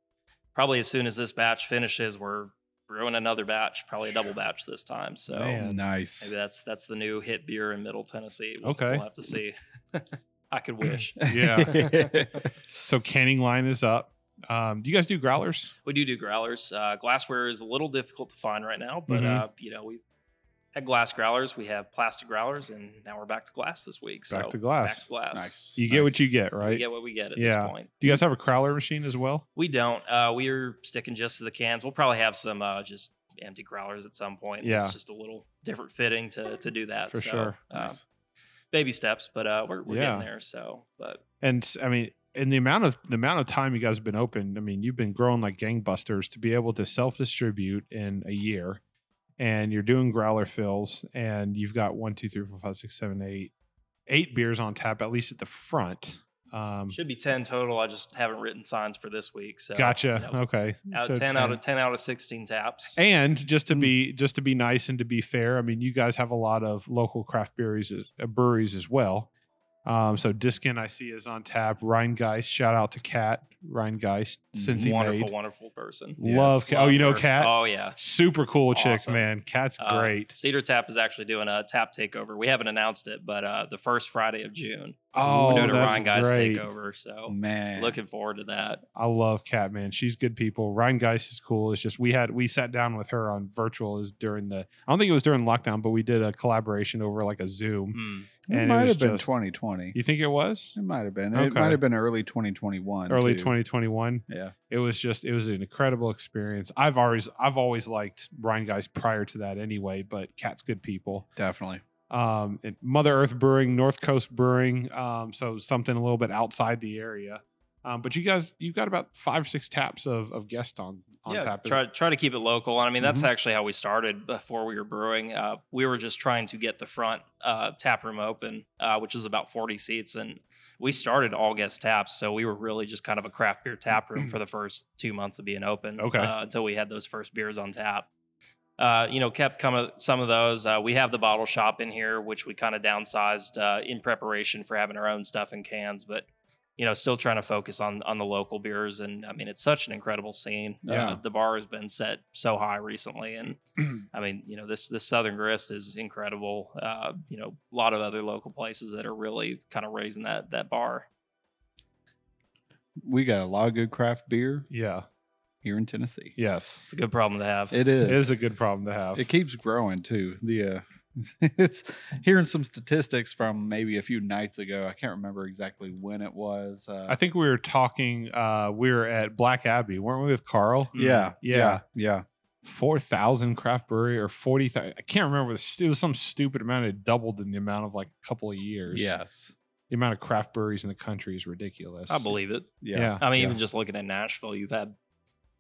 C: probably as soon as this batch finishes, we're brewing another batch, probably a double batch this time. So.
B: Man.
D: Oh, Nice.
C: Maybe that's that's the new hit beer in Middle Tennessee. We'll-
B: Okay.
C: we'll have to see. I could wish.
B: Yeah. so canning line is up. Um, do you guys do growlers?
C: We do do growlers. Uh, glassware is a little difficult to find right now, but
B: Mhm.
C: uh, you know we've had glass growlers, we have plastic growlers, and now we're back to glass this week. So
B: Back to glass.
C: Back to glass.
D: nice.
B: You get what
D: Nice.
B: you get,
C: We
B: right?
C: get what we get at
B: Yeah.
C: this point.
B: Do you guys have a crowler machine as well?
C: We don't. Uh, we're sticking just to the cans. We'll probably have some uh, just empty growlers at some point.
B: Yeah.
C: It's just a little different fitting to to do that.
B: For
C: so,
B: sure.
C: uh,
D: Nice.
C: baby steps, but uh, we're we're
B: Yeah.
C: getting there. So, but
B: and s- I mean, and the amount of the amount of time you guys have been open, I mean, you've been growing like gangbusters to be able to self distribute in a year, and you're doing growler fills, and you've got one, two, three, four, five, six, seven, eight, eight beers on tap at least at the front. Um,
C: should be ten total. I just haven't written signs for this week. So
B: gotcha.
C: you know,
B: Okay,
C: out
B: So
C: 10, out of 10 out of 16 taps.
B: And just
C: Mm.
B: to be just to be nice and to be fair, I mean, you guys have a lot of local craft breweries uh, breweries as well. Um, so Diskin, I see, is on tap. Rheingeist, shout out to Kat Rheingeist, since he
C: wonderful,
B: made.
C: wonderful person.
B: Love
D: Yes.
B: Kat. Oh, you know
C: her.
B: Kat?
C: Oh, yeah.
B: Super cool chick,
C: Awesome.
B: man. Kat's
C: Uh,
B: great.
C: Cedar Tap is actually doing a tap takeover. We haven't announced it, but uh, the first Friday of June,
B: Oh,
C: we're doing a
B: that's
C: Ryan Guys
B: great.
C: takeover. So
D: Man.
C: looking forward to that.
B: I love Kat, man. She's good people. Ryan Geist is cool. It's just we had we sat down with her on virtual is during the I don't think it was during lockdown, but we did a collaboration over like a Zoom.
C: Mm.
D: It
B: and it
D: might
B: was
D: have been
B: just-
D: 2020.
B: You think it was?
D: It might have been. It
B: Okay.
D: might have been early 2021.
B: Early
D: too.
B: 2021.
D: Yeah.
B: it was just it was an incredible experience. I've always I've always liked Ryan guys prior to that anyway, but Cat's good people.
D: Definitely.
B: Um, and Mother Earth Brewing, North Coast Brewing, um, so something a little bit outside the area. Um, but you guys, you got about five or six taps of of guest on on Mm-hmm.
C: yeah,
B: tap.
C: try try to keep it local. And I mean, that's actually how we started before we were brewing. Uh, we were just trying to get the front uh, tap room open, uh, which is about forty seats, and we started all guest taps. So we were really just kind of a craft beer tap room for the first two months of being open.
B: Okay.
C: uh, until we had those first beers on tap. Uh, you know, kept come some of those. Uh, we have the bottle shop in here, which we kind of downsized uh, in preparation for having our own stuff in cans, but you know, still trying to focus on on the local beers. And I mean, it's such an incredible scene.
B: Yeah.
C: Uh, the bar has been set so high recently, and I mean, you know, this this Southern Grist is incredible. Uh, you know, a lot of other local places that are really kind of raising that that bar.
D: We got a lot of good craft beer.
B: yeah,
D: here in Tennessee.
B: Yes,
C: It's a good problem to have.
B: it
D: It is.
B: is a good problem to have.
D: It keeps growing too. The uh, it's hearing some statistics from maybe a few nights ago. I can't remember exactly when it was. Uh,
B: I think we were talking. Uh, we were at Black Abbey, weren't we, with Carl?
D: yeah,
B: mm, Yeah.
D: yeah, yeah.
B: Four thousand craft brewery or forty thousand. I can't remember. It was some stupid amount. It doubled in the amount of like a couple of years.
D: Yes.
B: the amount of craft breweries in the country is ridiculous.
C: I believe it.
D: Yeah.
C: I mean,
B: yeah.
C: even just looking at Nashville, you've had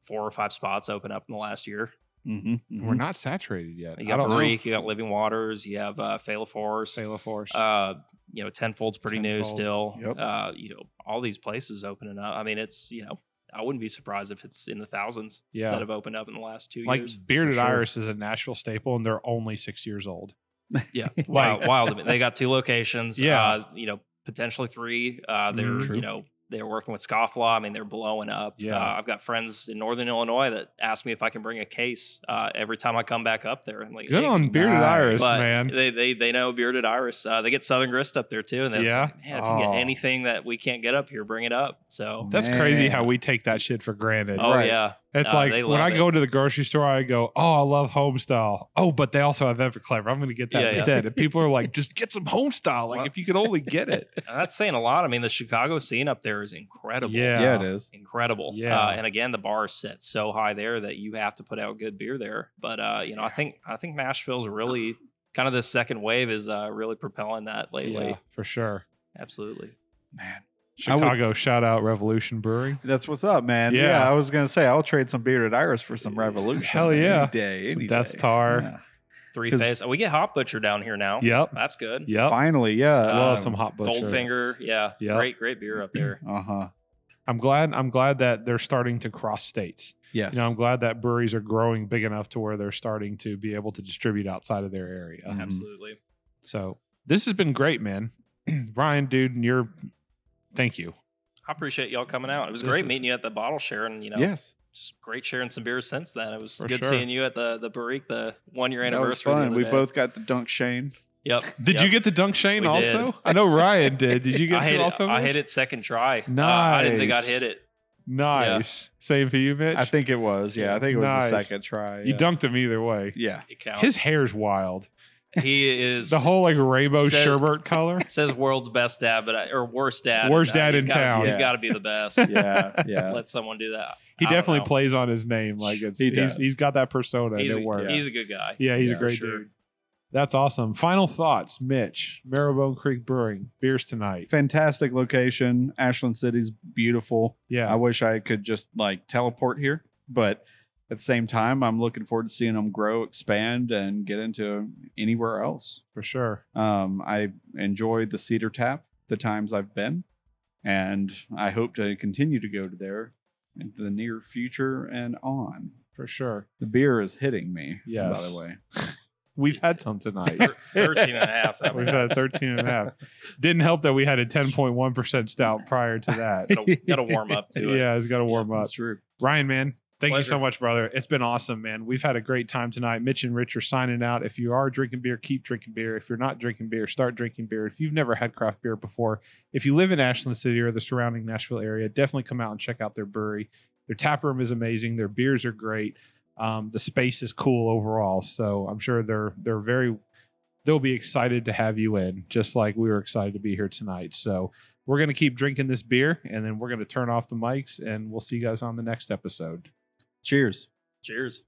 C: four or five spots open up in the last year.
D: Mm-hmm,
B: we're not saturated yet.
C: You
B: I
C: got
B: don't
C: Breek, you got Living Waters, you have uh, Fela Force.
B: know. Sailor Force.
C: Uh, you know, Tenfold's pretty new
B: Tenfold,
C: still.
D: yep.
C: Uh, you know, all these places opening up. I mean, it's you know, I wouldn't be surprised if it's in the thousands
B: yeah,
C: that have opened up in the last two
B: like
C: years.
B: Bearded
D: sure.
B: Iris is a Nashville staple, and they're only six years old.
C: Yeah,
B: Like-
C: wild, wild. I mean, They got two locations.
B: Yeah.
C: uh, you know, potentially three. Uh, they're
B: Mhm.
D: True.
C: you know they're working with Scofflaw. I mean, they're blowing up.
B: Yeah.
C: uh, I've got friends in Northern Illinois that ask me if I can bring a case uh, every time I come back up there. And like,
B: Good
C: hey,
B: on Bearded
D: nice.
B: Iris,
C: but
B: man.
C: They, they they know bearded iris. Uh, they get Southern grist up there too, and they're
B: Yeah?
C: yeah. like, man, if you
D: Oh.
C: get anything that we can't get up here, bring it up. So,
B: That's crazy
D: Man.
B: how we take that shit for granted.
C: oh
D: Right.
C: yeah,
B: It's
C: No,
B: like
C: they
B: when I
C: love it.
B: go to the grocery store, I go, "Oh, I love Homestyle." Oh, but they also have Everclever. I'm going to get that
C: Yeah, yeah.
B: instead. And people are like, "Just get some Homestyle." Like
D: Well-
B: if you could only get it.
C: And that's saying a lot. I mean, the Chicago scene up there is incredible.
B: Yeah.
D: Yeah, it is.
C: incredible.
B: Yeah.
C: Uh, and again, the bar is set so high there that you have to put out good beer there. But uh, you know, I think I think Nashville's really kind of the second wave is uh, really propelling that lately.
B: Yeah, for sure.
C: Absolutely.
D: Man, I would-
B: Chicago shout out Revolution Brewing.
D: that's what's up, man.
B: Yeah.
D: Yeah. I was gonna say I'll trade some bearded iris for some revolution.
B: Hell
D: any
B: yeah.
D: day,
B: Some
D: any
B: Death's
D: day.
B: Tar.
D: Yeah.
C: Three
D: 'Cause-
C: phase. We get Hop Butcher down here now.
B: Yep.
C: That's good.
B: Yep. Uh,
D: Finally, yeah.
B: I love
D: um,
B: some hot butcher.
C: Goldfinger. Yeah.
B: Yep.
C: Great, great beer up there.
D: Uh huh.
B: I'm glad. I'm glad that they're starting to cross states.
D: Yes.
B: You know, I'm glad that breweries are growing big enough to where they're starting to be able to distribute outside of their area.
C: Mm-hmm.
D: Mhm.
C: Absolutely.
B: So this has been great, man. Ryan, dude, and your thank you.
C: I appreciate y'all coming out. It was
B: This
C: great
B: is-
C: meeting you at the bottle share and you know
D: yes.
C: just great sharing some beers since then. It was
B: For
C: good
B: sure.
C: seeing you at the the Barrique, the one year
D: That
C: anniversary.
D: was
C: the
D: fun.
C: other
D: We
C: day.
D: both got to dunk Shane.
C: Yep.
B: Did you get the dunk Shane
C: We did.
B: also? I know Ryan did. Did you get
C: I hit
B: to
C: it,
B: also?
C: I
B: Mitch?
C: hit it second try. Uh, I didn't think I'd
B: Nice.
C: hit it.
B: Nice. Same for you, Mitch.
D: I think it was. Yeah, I think it was
B: Nice.
D: the second try.
B: you
D: yeah.
B: dunked him either way.
D: Yeah.
C: It counts.
B: His hair's wild.
C: he is
B: The whole like rainbow
C: Says-
B: sherbert color.
C: says world's best dad, but I, or worst dad.
B: Worst
C: Uh,
B: dad
C: he's
B: in
C: gotta-
B: town.
C: He's
D: Yeah.
C: got to be the best.
D: Yeah. Yeah.
C: Let someone do that.
B: He
C: I don't
B: definitely
C: know.
B: plays on his name. Like it's
D: He
B: he's,
D: does.
B: he's got that persona.
C: He's,
B: and it works.
C: he's a good guy.
B: yeah, he's
D: Yeah,
B: a great
C: sure.
B: dude. That's awesome. Final thoughts, Mitch. Marrowbone Creek Brewing beers tonight.
D: Fantastic location. Ashland City's beautiful.
B: Yeah,
D: I wish I could just like teleport here, but at the same time, I'm looking forward to seeing them grow, expand, and get into anywhere else.
B: for sure.
D: Um, I enjoyed the Cedar Tap the times I've been, and I hope to continue to go to there in the near future and on.
B: For sure.
D: The beer is hitting me.
B: Yes.
D: By the way,
B: We've had some tonight.
C: Thir- 13 and a half. I
B: We've
C: mean,
B: had 13 and a half. Didn't help that we had a 10.1% stout prior to that.
C: gotta, gotta warm up to it.
B: yeah, it's got to warm up.
D: that's true.
B: Ryan, man, thank you so
C: Pleasure.
B: much, brother. It's been awesome, man. We've had a great time tonight. Mitch and Rich are signing out. If you are drinking beer, keep drinking beer. If you're not drinking beer, start drinking beer. If you've never had craft beer before, if you live in Ashland City or the surrounding Nashville area, definitely come out and check out their brewery. Their tap room is amazing. Their beers are great. Um, the space is cool overall. So I'm sure they're they're very they'll be excited to have you in, just like we were excited to be here tonight. So we're going to keep drinking this beer and then we're going to turn off the mics and we'll see you guys on the next episode.
D: Cheers.
C: Cheers.